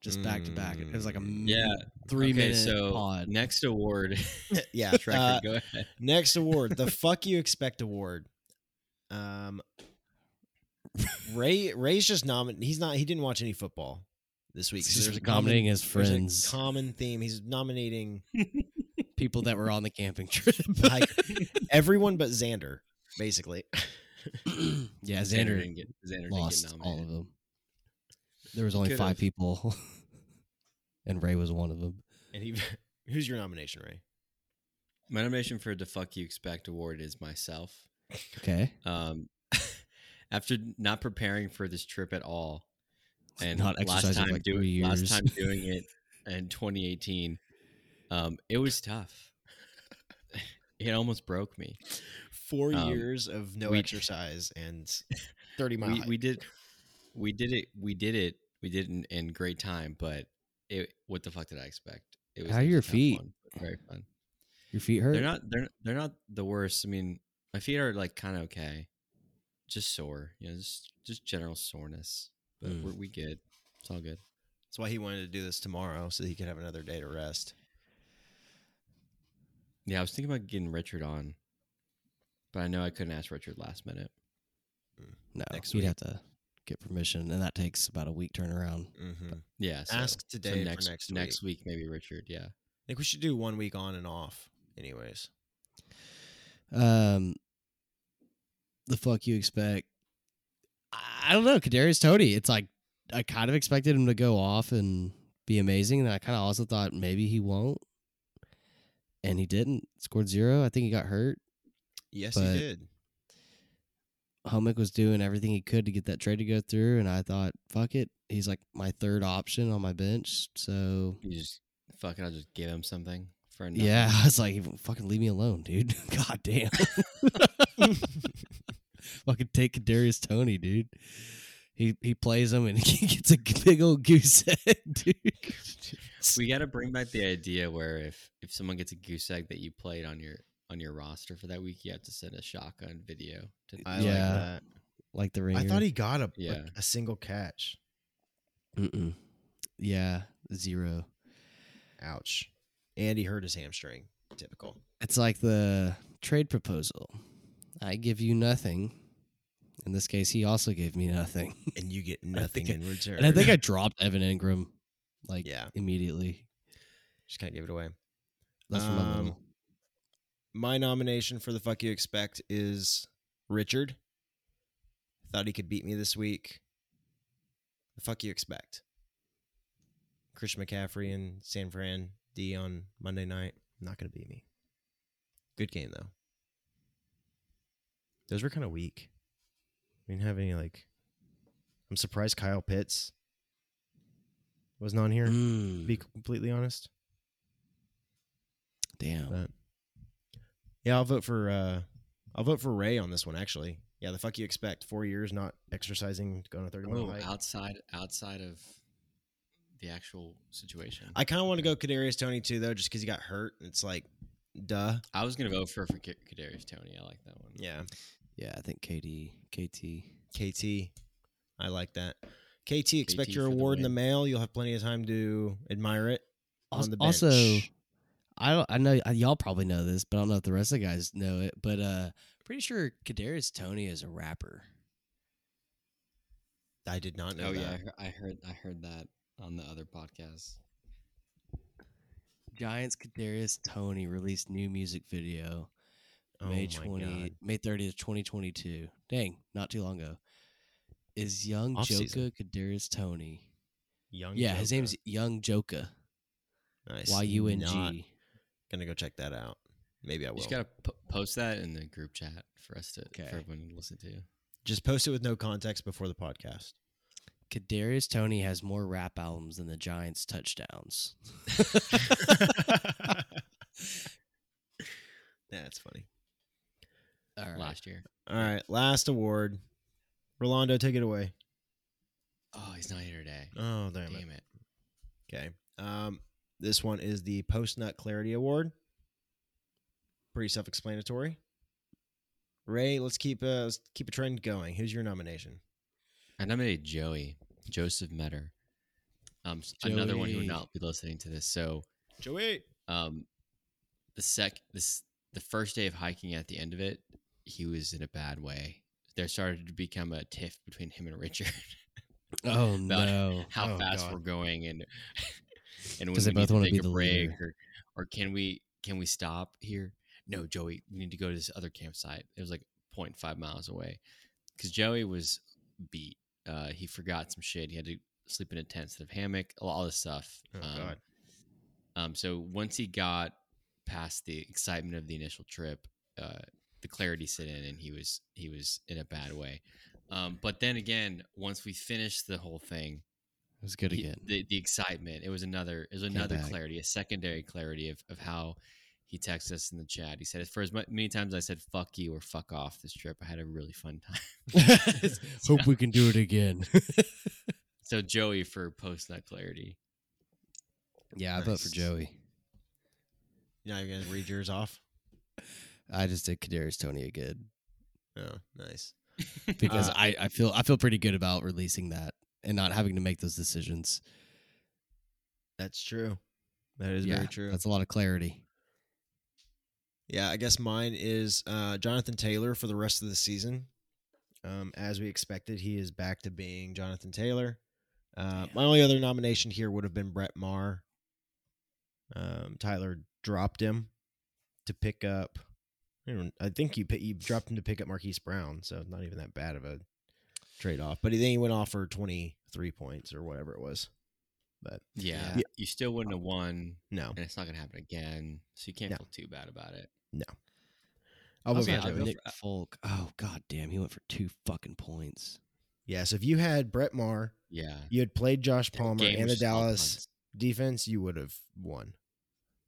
S2: just back to back. It was like a m-
S3: Mm, Yeah.
S2: three
S3: okay,
S2: minute
S3: so
S2: pod.
S3: next award.
S1: yeah.
S3: Tracker,
S1: uh,
S3: go ahead.
S1: Next award, the fuck you expect award. Um, Ray Ray's just nominated. He's not. He didn't watch any football this week.
S2: He's
S1: so
S2: just
S1: there's a
S2: nominating
S1: common,
S2: his
S1: there's
S2: friends,
S1: a common theme. He's nominating
S2: people that were on the camping trip.
S1: like everyone but Xander, basically.
S2: yeah, Xander
S3: didn't get Xander
S2: lost
S3: didn't get
S2: all of
S3: nominated.
S2: them. There was only
S3: Could've.
S2: five people, and Ray was one of them.
S1: And he, who's your nomination, Ray?
S3: My nomination for the fuck you expect award is myself.
S2: Okay,
S3: Um, after not preparing for this trip at all, and
S2: Not
S3: last
S2: exercising
S3: time
S2: for like
S3: doing
S2: three years.
S3: last time doing it in 2018, um, it was tough. It almost broke me.
S1: Four
S3: Um,
S1: years of no
S3: we-
S1: exercise and thirty mile.
S3: we,
S1: hike.
S3: we did we did it we did it we did it in, in great time but it what the fuck did i expect it
S2: How
S3: it
S2: are your
S3: a tough
S2: feet?
S3: one, but very fun
S2: your feet hurt.
S3: they're not they're they're not the worst i mean my feet are like kind of okay just sore you know just just general soreness but
S2: Mm.
S3: we're, we good it's all good
S1: That's why he wanted to do this tomorrow so he could have another day to rest.
S3: yeah i was thinking about getting richard on but i know i couldn't ask richard last minute
S2: No,
S1: next
S2: you'd
S1: week.
S2: have to get permission, and that takes about a week turnaround.
S1: Mm-hmm.
S3: yeah so,
S1: Ask
S3: so
S1: today for
S3: next
S1: next
S3: next week maybe richard yeah
S1: I think we should do one week on and off. Anyways,
S2: Um, the fuck you expect? I I don't know. Kadarius Tony. It's like I kind of expected him to go off and be amazing, and I kind of also thought maybe he won't, and he didn't. Scored zero. I think he got hurt.
S1: yes,
S2: But-
S1: he did.
S2: Homick was doing everything he could to get that trade to go through, and I thought, fuck it. He's like my third option on my bench, so
S3: you just fuck it i'll just give him something for nothing.
S2: Yeah, I was like, fucking leave me alone, dude. God damn. fucking take Kadarius Tony, dude. He he plays him and he gets a big old goose egg, dude.
S3: We got to bring back the idea where if if someone gets a goose egg that you played on your on your roster for that week, you have to send a shotgun video. To
S1: I
S2: Yeah.
S1: like that.
S2: like the ringer.
S1: I thought he got a like,
S3: Yeah.
S1: a single catch.
S2: Mm-mm. Yeah, zero.
S1: Ouch. And he hurt his hamstring. Typical.
S2: It's like the trade proposal. I give you nothing. In this case, he also gave me nothing.
S1: And you get
S2: nothing
S1: nothing in return.
S2: and I think I dropped Evan Ingram like
S1: yeah,
S2: immediately.
S1: just kind of gave it away.
S2: That's from my
S1: Um,
S2: little.
S1: My nomination for the fuck you expect is Richard thought he could beat me this week. The fuck you expect? Christian McCaffrey and San Fran D on Monday night. Not gonna beat me. Good game though. Those were kind of weak. We didn't have any like. I'm surprised Kyle Pitts wasn't on here. To
S2: Mm,
S1: be completely honest,
S2: damn.
S1: but yeah, I'll vote for uh, I'll vote for Ray on this one. Actually, yeah, the fuck you expect? Four years not exercising, going to thirty one.
S3: Oh,
S1: hike.
S3: outside outside of the actual situation. I,
S1: I kind of want to go Kadarius Tony too, though, just because he got hurt. It's like, duh.
S3: was gonna vote for for K- Kadarius Tony. I like that one.
S1: Yeah,
S2: Yeah, I think KD, KT.
S1: KT, I like that. KT, expect
S3: KT
S1: your
S3: for the
S1: award in the
S3: win.
S1: mail. You'll have plenty of time to admire it. on the
S2: Also,
S1: bench.
S2: I don't. I know I- y'all probably know this, but I don't know if the rest of the guys know it. But uh, pretty sure Kadarius Tony is a rapper.
S1: I did not know
S3: Oh
S1: that.
S3: yeah, I heard, I heard I heard that on the other podcast.
S2: Giants Kadarius Tony released new music video
S1: Oh my
S2: May twenty
S1: God.
S2: May thirtieth, twenty twenty two. Dang, not too long ago. Is young
S1: Off-season.
S2: Joka Kadarius Tony?
S1: Young
S2: yeah, his
S1: Joker.
S2: name's Young Joka.
S1: nice.
S2: Y U N
S1: Not
S2: G.
S1: Gonna go check that out. Maybe I will.
S3: You just
S1: Just,
S3: gotta po- post that in the group chat for us to
S2: Okay.
S3: for everyone to listen to.
S1: post it with no context before the podcast.
S2: Kadarius Tony has more rap albums than the Giants touchdowns.
S1: That's funny.
S2: All right.
S3: Last year.
S1: All right, last award. Rolando, take it away.
S3: Oh, he's not here today.
S1: Oh damn,
S3: Damn it.
S1: Okay. Um, this one is the Post Nut Clarity Award. Pretty self-explanatory. Ray, let's keep uh, let's keep a trend going. Who's your nomination?
S3: I nominated Joey, Joseph Metter. Um, s- another one who
S2: Joey.
S3: would not be listening to this. So,
S1: Joey.
S3: um, the sec this the first day of hiking at the end of it, he was in a bad way. There started to become a tiff between him and Richard.
S2: Oh
S3: About
S2: no.
S3: How
S1: Oh,
S3: fast
S1: God.
S3: we're going and and
S2: 'Cause
S3: when
S2: they
S3: we need
S2: both
S3: to
S2: wanna
S3: take
S2: be
S3: a
S2: the
S3: break
S2: leader.
S3: or, or can we can we stop here? No, Joey, we need to go to this other campsite. It was like 0.5 miles away because Joey was beat. Uh, he forgot some shit. He had to sleep in a tent instead of hammock. All, all this stuff.
S1: Oh,
S3: um,
S1: God.
S3: Um, so once he got past the excitement of the initial trip, uh, the clarity set in, and he was he was in a bad way. Um, but then again, once we finished the whole thing,
S2: It was good
S3: he-
S2: again.
S3: The, the excitement. It was another. It was another
S2: back.
S3: clarity, a secondary clarity of, of how he texted us in the chat. He said, "For as mu- many times I said fuck you or fuck off this trip, I had a really fun time." so,
S2: Hope we can do it again.
S3: so Joey for post that clarity.
S2: yeah, I vote for
S1: Nice.
S2: Joey.
S1: Now you're gonna read yours off.
S2: I just did Kadarius Tony a good
S1: Oh, nice.
S2: because
S1: Uh,
S2: I, I feel I feel pretty good about releasing that and not having to make those decisions.
S1: That's true. That is
S2: Yeah,
S1: very true.
S2: That's a lot of clarity.
S1: Yeah, I guess mine is uh, Jonathan Taylor for the rest of the season. Um, as we expected, he is back to being Jonathan Taylor. Uh, my only other nomination here would have been Brett Maher. Um, Tyler dropped him to pick up. I don't- I think you pi- you dropped him to pick up Marquise Brown, so not even that bad of a trade off. But then he went off for twenty three points or whatever it was. But
S3: Yeah,
S1: Yeah.
S3: you still wouldn't have won,
S1: no,
S3: and it's not gonna happen again. So you can't
S1: No.
S3: feel too bad about it.
S1: I'll vote
S3: Okay,
S1: for
S3: I'll
S1: Joey.
S3: go
S2: Oh, Nick
S3: for-
S2: Folk. Oh god damn, he went for two fucking points.
S1: Yeah, so if you had Brett Maher,
S3: Yeah,
S1: you had played Josh
S3: That
S1: Palmer
S3: game
S1: and the
S3: was just all
S1: Dallas
S3: punts.
S1: defense, you would have won.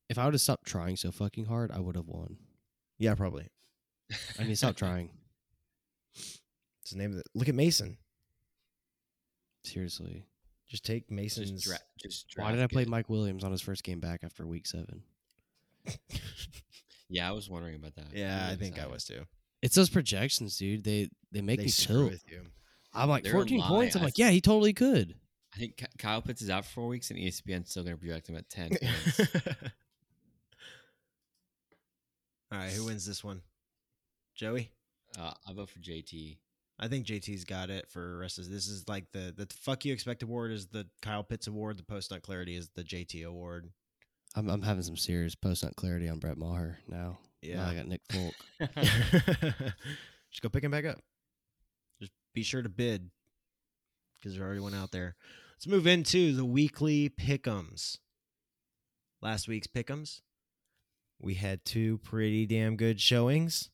S2: If I would have stopped trying so fucking hard, I would have won.
S1: Yeah, probably.
S2: I mean, stop trying.
S1: It's the name of the look at Mason.
S2: Seriously.
S1: Just take Mason's.
S3: Just, dra- just
S2: Why did I
S3: draft
S2: play
S3: good.
S2: Mike Williams on his first game back after week seven?
S3: Yeah, I was wondering about that. uh,
S1: yeah,
S3: really
S1: I think I
S3: excited.
S1: was too.
S2: It's those projections, dude. They they make
S1: They
S2: me
S1: screw
S2: tilt.
S1: with you.
S2: I'm like
S3: They're a
S2: 14
S3: lie.
S2: points. I'm
S3: I
S2: like, yeah, he totally could.
S3: I think Ky- Kyle Pitts is out for four weeks, and E ESPN's still gonna project him at ten. points.
S1: All right, who wins this one? Joey.
S3: uh, I vote for JT.
S1: I think JT's got it for the rest of this is like the the fuck you expect award is the Kyle Pitts award, the post nut clarity is the JT award.
S2: I'm, I'm having some serious post nut clarity on Brett Maher now. Now
S1: Yeah.
S2: I got Nick Folk.
S1: Just go pick him back up. Just be sure to bid because there already went out there. Let's move into the weekly pickums. Last week's pickums, we had two pretty damn good showings.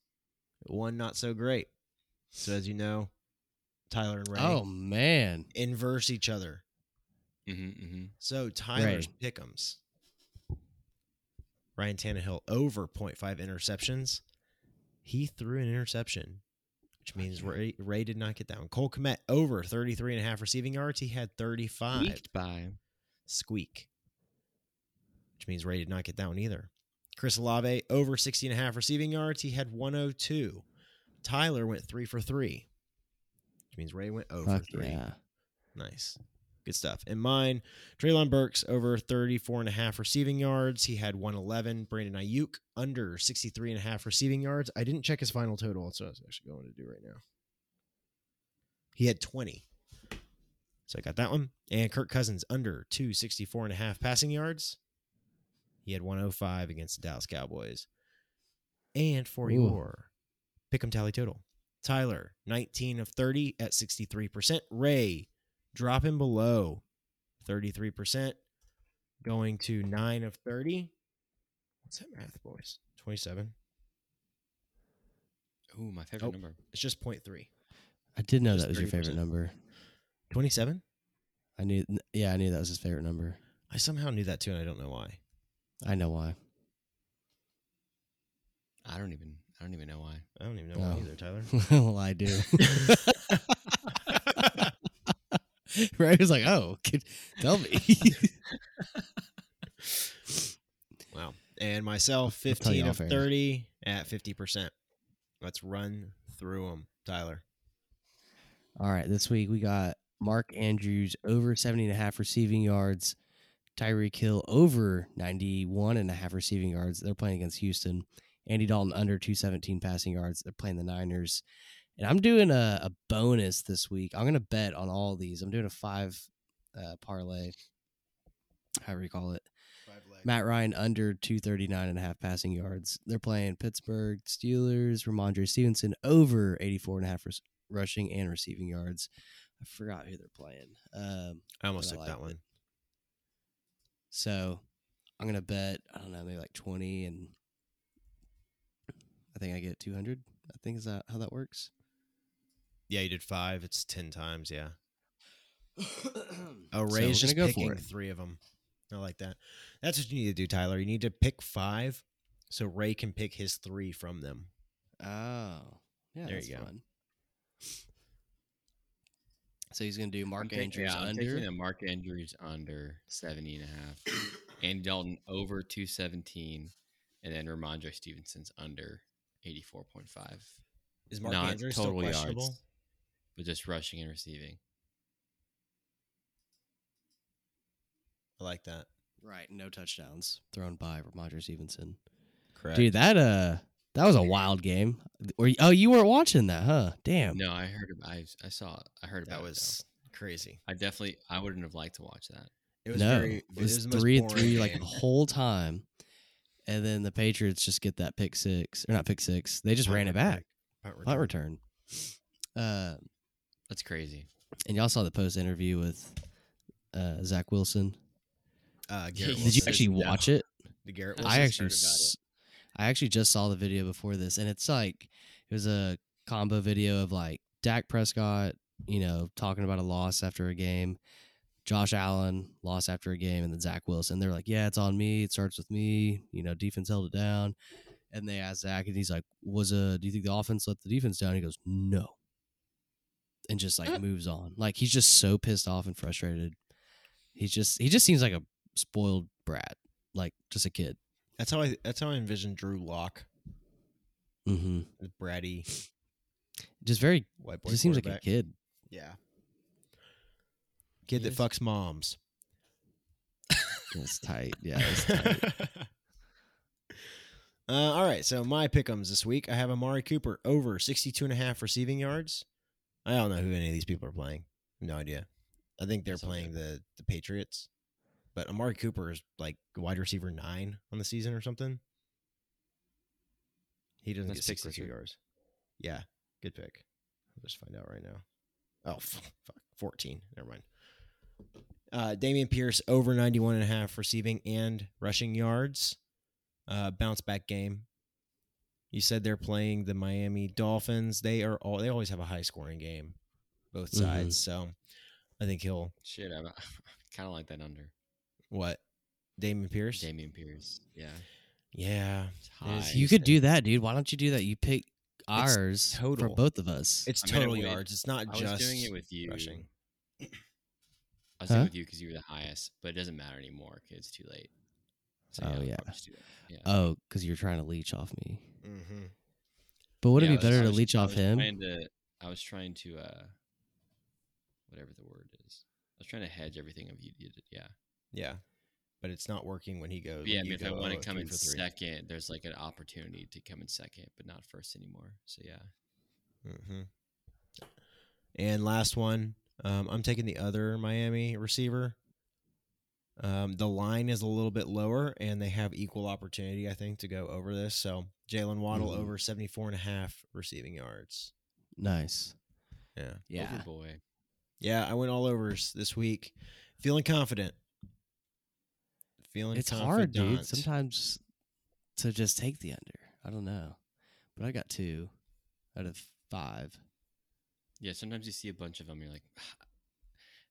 S1: One not so great. So as you know, Tyler and Ray
S2: Oh man,
S1: inverse each other.
S3: Mm-hmm, mm-hmm.
S1: So Tyler's pickums. Ryan Tannehill over 0.5 interceptions. He threw an interception, which means Ray, Ray did not get that one. Cole Komet over 33 and a half receiving yards. He had 35.
S3: Leaked by.
S1: Squeak, which means Ray did not get that one either. Chris Olave over 60 and a half receiving yards. He had 102. Tyler went three for three, which means Ray went over
S2: fuck
S1: three.
S2: yeah.
S1: Nice. Good stuff. And mine, Traylon Burks over 34 and a half receiving yards. He had 111. Brandon Ayuk under 63 and a half receiving yards. I didn't check his final total. That's what I was actually going to do right now. He had 20. So I got that one. And Kirk Cousins under 264 and a half passing yards. He had 105 against the Dallas Cowboys. And for
S2: Ooh.
S1: your pick 'em tally total. Tyler, 19 of 30 at 63%. Ray, dropping below 33%, going to 9 of 30. What's that math, boys? 27.
S3: Ooh, my favorite
S1: Oh.
S3: number.
S1: It's just 0.3.
S2: I did know
S3: Just
S2: that was your favorite
S3: 30%.
S2: number.
S1: 27?
S2: I knew. Yeah, I knew that was his favorite number.
S1: I somehow knew that too, and I don't know why.
S2: I know why.
S3: I don't even. I don't even know why.
S1: I don't even know why
S2: Oh.
S1: either, Tyler.
S2: well, I do. Ray was like, "Oh, kid, tell me."
S1: Wow. And myself,
S2: I'll tell you
S1: 15 of
S2: off air.
S1: 30 at 50%. Let's run through them, Tyler.
S2: All right, this week we got Mark Andrews over 70 and a half receiving yards, Tyreek Hill over 91 and a half receiving yards. They're playing against Houston. Andy Dalton under 217 passing yards. They're playing the Niners. And I'm doing a, a bonus this week. I'm going to bet on all these. I'm doing a five uh, parlay, however you call it.
S1: Five legs.
S2: Matt Ryan under 239 and a half passing yards. They're playing Pittsburgh Steelers, Ramondre Stevenson over 84 and a half res- rushing and receiving yards. I forgot who they're playing. Um,
S1: I almost
S2: but I
S1: took that
S2: liked
S1: one.
S2: so I'm going to bet, I don't know, maybe like 20 and I think I get 200. I think is that how that works?
S1: Yeah, you did five. It's 10 times. Yeah. Oh,
S2: So
S1: Ray's
S2: we're
S1: just
S2: gonna go for
S1: picking
S2: it.
S1: three of them. I like that. That's what you need to do, Tyler. You need to pick five so Ray can pick his three from them.
S2: Oh, yeah.
S1: There
S2: that's
S1: you go.
S2: Fun. So he's going to do
S3: I'm
S2: Mark
S3: ta-
S2: Andrews
S3: yeah, I'm
S2: under.
S3: taking the Mark Andrews under 70 and a half. Andy Dalton over 217. And then Ramondre Stevenson's under 84.5.
S1: Is Mark
S3: Not
S1: Andrews
S3: total
S1: still
S3: yards,
S1: questionable?
S3: but just rushing and receiving.
S1: I like that.
S2: Right, no touchdowns thrown by Ramondre Stevenson.
S1: Correct.
S2: Dude, that uh, that was a wild game. Or oh, you weren't watching that, huh? Damn.
S3: No, I heard. ab- I I saw. I heard
S1: that
S3: about it, though.
S1: was crazy.
S3: I definitely. I wouldn't have liked to watch that.
S1: It was
S2: No,
S1: very.
S2: it was three and three like the whole time, and then the Patriots just get that pick six or not pick six. They just ran it back, punt return. Uh,
S3: That's crazy.
S2: and y'all saw the post interview with uh Zach Wilson.
S1: Uh, Garrett
S2: Did you
S1: Wilson.
S2: actually
S3: No.
S2: watch it?
S1: The Garrett
S3: I
S1: Wilson.
S2: I
S3: just
S2: actually,
S3: heard about
S2: s- I actually just saw the video before this, and it's like it was a combo video of like Dak Prescott, you know, talking about a loss after a game, Josh Allen loss after a game, and then Zach Wilson. They're like, "Yeah, it's on me. It starts with me." You know, defense held it down, and they asked Zach, and he's like, "Was uh, do you think the offense let the defense down?" He goes, "No," and just like moves on. Like he's just so pissed off and frustrated. He's just he just seems like a spoiled brat, like just a kid.
S1: That's how I. That's how I envisioned Drew Locke,
S2: Mm-hmm.
S1: the bratty
S2: just very
S1: white boy.
S2: just seems like a
S1: quarterback.
S2: kid
S1: Yeah. Kid
S2: He
S1: that
S2: is.
S1: fucks moms.
S2: that's tight yeah that's
S1: uh,
S2: tight.
S1: all right, so my pickums this week. I have Amari Cooper over 62 and a half receiving yards. I don't know who any of these people are playing. No idea. I think they're
S3: That's all
S1: playing the, the Patriots. But Amari Cooper is like wide receiver nine on the season or something. He doesn't
S3: That's
S1: get
S3: pick
S1: 62
S3: Richard.
S1: yards. Yeah. Good pick. I'll just find out right now. Oh, f- fuck. 14. Never mind. Uh, Damian Pierce over 91 and a half receiving and rushing yards. Uh, bounce back game. You said they're playing the Miami Dolphins. They are all they always have a high scoring game, both
S2: Mhm.
S3: Mm-hmm.
S1: sides. So I think he'll
S3: Shit, I kind of like that under
S1: what? Damian Pierce?
S3: Damian Pierce. Yeah,
S1: Yeah.
S3: it's high.
S2: You could do that, dude. Why don't you do that? You pick ours
S1: total.
S2: for both of us.
S1: It's
S3: I mean, it
S1: total
S3: would-
S1: yards. It's not
S3: I was
S1: just
S3: doing it with you.
S1: rushing.
S3: I was doing
S2: Huh?
S3: it with you because you were the highest, but it doesn't matter anymore because it's too late. So,
S2: Oh,
S3: I'll
S2: yeah.
S3: probably just do that. yeah.
S2: oh, because you're trying to leech off me.
S1: Mm-hmm.
S2: But would
S3: Yeah,
S2: it
S3: I
S2: be
S3: was-
S2: better
S3: I
S2: to
S3: was-
S2: leech
S3: I
S2: off
S3: was
S2: him?
S3: trying to- I was trying to, uh, whatever the word is, I was trying to hedge everything of you. you did, yeah,
S1: Yeah. But it's not working when he goes.
S3: But yeah. I
S1: when
S3: mean,
S1: you
S3: if I
S1: go,
S3: want
S1: oh,
S3: to come
S1: three
S3: in
S1: for three.
S3: second, there's like an opportunity to come in second, but not first anymore. So yeah,
S1: Mm-hmm. And last one, um, I'm taking the other Miami receiver. Um, the line is a little bit lower, and they have equal opportunity, I think, to go over this. So Jalen Waddle
S2: Mhm.
S1: over 74 and a half receiving yards.
S2: Nice.
S1: Yeah.
S2: Yeah.
S3: Over, boy.
S1: Yeah, I went all overs this week. Feeling confident. Feeling
S2: It's hard,
S1: confident.
S2: dude. Sometimes to just take the under. I don't know, but I got two out of five.
S3: Yeah, sometimes you see a bunch of them, you're like,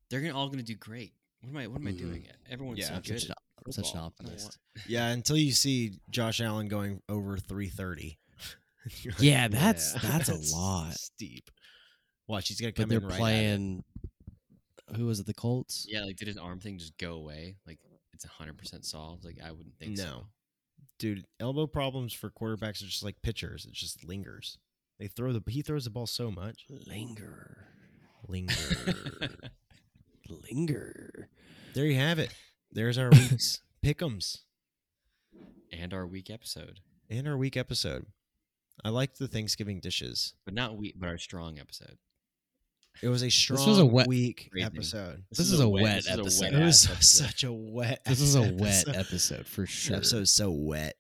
S3: they're gonna all gonna do great. What am I? What am I
S2: Mhm.
S3: doing? Everyone's
S1: Yeah,
S3: so
S1: I'm
S2: I'm
S3: good.
S2: such an,
S3: at
S2: I'm such an
S3: football. I don't
S2: optimist.
S3: want-
S1: Yeah, until you see Josh Allen going over 330. You're like,
S2: Yeah, that's that's a
S1: That's
S2: lot.
S1: Steep. Watch, he's gonna come
S2: But they're
S1: in right at it.
S2: playing. Who was it? The Colts.
S3: Yeah, like did his arm thing just go away? Like it's hundred percent solved. Like I wouldn't think so.
S1: No. Dude, elbow problems for quarterbacks are just like pitchers. It just lingers. They throw the he throws the ball so much.
S2: Linger,
S1: Linger.
S2: linger.
S1: there you have it. There's our week's pick'ems
S3: and our week episode,
S1: and our week episode. I liked the Thanksgiving dishes.
S3: but not week, but our strong episode.
S1: It was a strong
S2: was a wet-
S1: week
S3: Crazy.
S1: episode.
S2: This is a wet
S3: this is
S2: episode.
S1: It
S2: Wet
S1: was
S3: ass episode.
S1: such a wet.
S2: This is a wet
S1: episode.
S2: episode for
S1: This
S2: sure.
S1: episode's so wet.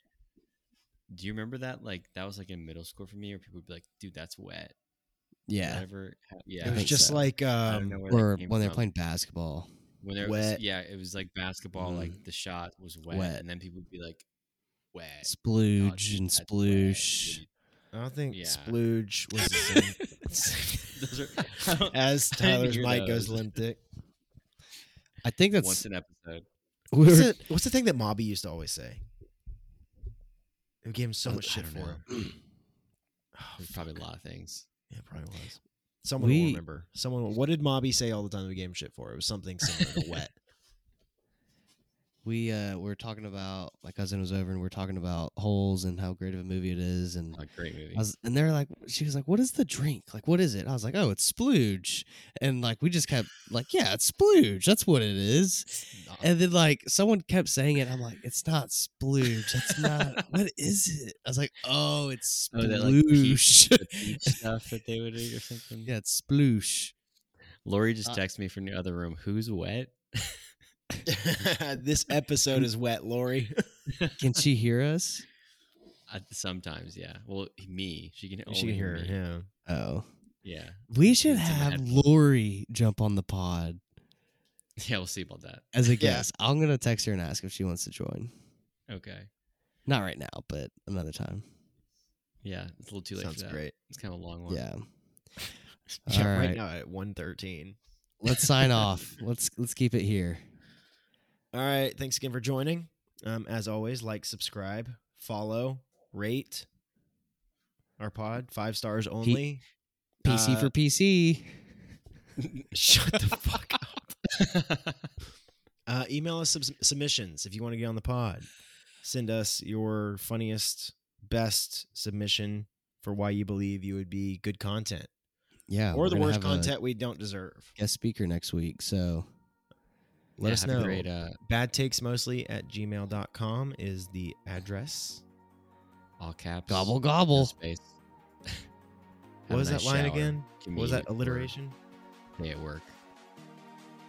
S3: Do you remember that? Like that was like in middle school for me, where people would be like, "Dude, that's wet." Did I
S2: yeah,
S3: ever ha-
S2: I
S1: it
S3: yeah.
S1: was
S2: think
S1: just
S2: so.
S1: like
S3: I don't
S1: um,
S3: know where
S2: or
S3: that came
S2: when they're
S3: from. Oh,
S2: playing basketball.
S3: when they're
S1: Wet.
S3: yeah, it was like basketball. Like
S2: Mm.
S3: the shot was wet,
S2: Wet.
S3: and then people would be like, "Wet." Oh,
S2: Splooge
S3: dude,
S2: and
S3: that's wet,
S2: sploosh.
S3: dude."
S1: I don't think
S3: Yeah.
S1: splooge was the same.
S3: Those are- I don't-
S1: As
S3: I didn't
S1: Tyler's
S3: hear
S1: mic goes
S3: those.
S1: limp dick.
S2: I think that's
S3: Once an episode.
S2: we
S1: What's
S2: were,
S1: the, what's the thing that Mobby used to always say? Who gave him so
S3: I-
S1: much
S3: I
S1: shit
S3: don't
S1: for
S3: know.
S1: it? Oh,
S3: There's probably a
S1: fuck.
S3: lot of things.
S1: Yeah, it probably was. Someone will
S2: We-
S1: remember. Someone. will- What did Mobby say all the time? that We gave him shit for it was something similar to wet.
S2: we uh were talking about my cousin was over and we are talking about holes and how great of a movie it is and
S3: A great movie.
S2: I was, and they're like she was like what is the drink like what is it I was like oh it's splooge and like we just kept like yeah it's splooge that's what it is
S3: Not-
S2: and then like someone kept saying it I'm like it's not splooge that's not what is it I was like oh it's
S3: Oh, they're like
S2: sploosh
S3: peach stuff that they would eat or something.
S2: yeah it's sploosh
S3: Lori just
S2: Uh,
S3: texted me from the other room. Who's wet?
S1: this episode is wet, Lori.
S2: can she hear us
S3: I, sometimes, yeah. Well, me. She can.
S1: she
S3: only
S1: can hear
S3: me.
S1: her.
S2: oh
S3: Yeah.
S2: we should
S3: It's in the
S2: have
S3: headphones.
S2: Lori jump on the pod
S3: Yeah. We'll see about that.
S2: as a
S1: Yeah.
S2: guest. I'm gonna text her and ask if she wants to join.
S3: Okay.
S2: Not right now, but another time.
S3: Yeah. It's a little too
S1: Yeah,
S3: late.
S1: sounds
S3: for that.
S1: great.
S3: It's kind of a long one.
S2: Yeah.
S1: Yeah,
S2: All
S1: right.
S2: right.
S1: now at one thirteen.
S2: Let's sign off. Let's let's keep it here.
S1: All right. Thanks again for joining. Um, as always, like, subscribe, follow, rate our pod five stars only.
S2: PC
S1: Uh,
S2: for PC.
S1: Shut the fuck up. uh, email us sub- submissions if you want to get on the pod. Send us your funniest, best submission for why you believe you would be good content
S2: Yeah.
S1: or
S2: we're
S1: the
S2: gonna
S1: worst
S2: have a
S1: content we don't deserve.
S2: guest speaker next week. So
S1: Let
S3: Yeah,
S1: us
S3: have a
S1: know.
S3: Great, uh,
S1: Bad takes mostly at gmail.com is the address.
S3: all caps.
S2: gobble
S3: no
S2: gobble.
S3: Space. Have
S1: What
S3: a
S1: was
S3: nice
S1: that line
S3: shower.
S1: again?
S3: Give
S1: What was
S3: me
S1: that
S3: a
S1: alliteration?
S3: word. Day at work.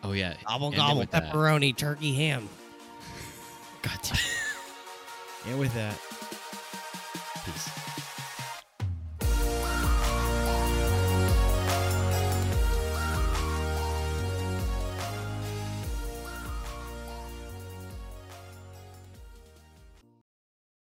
S3: Oh yeah.
S2: Gobble
S3: End it
S2: gobble.
S3: with that.
S2: Pepperoni, turkey, ham.
S1: God damn. and with that, peace.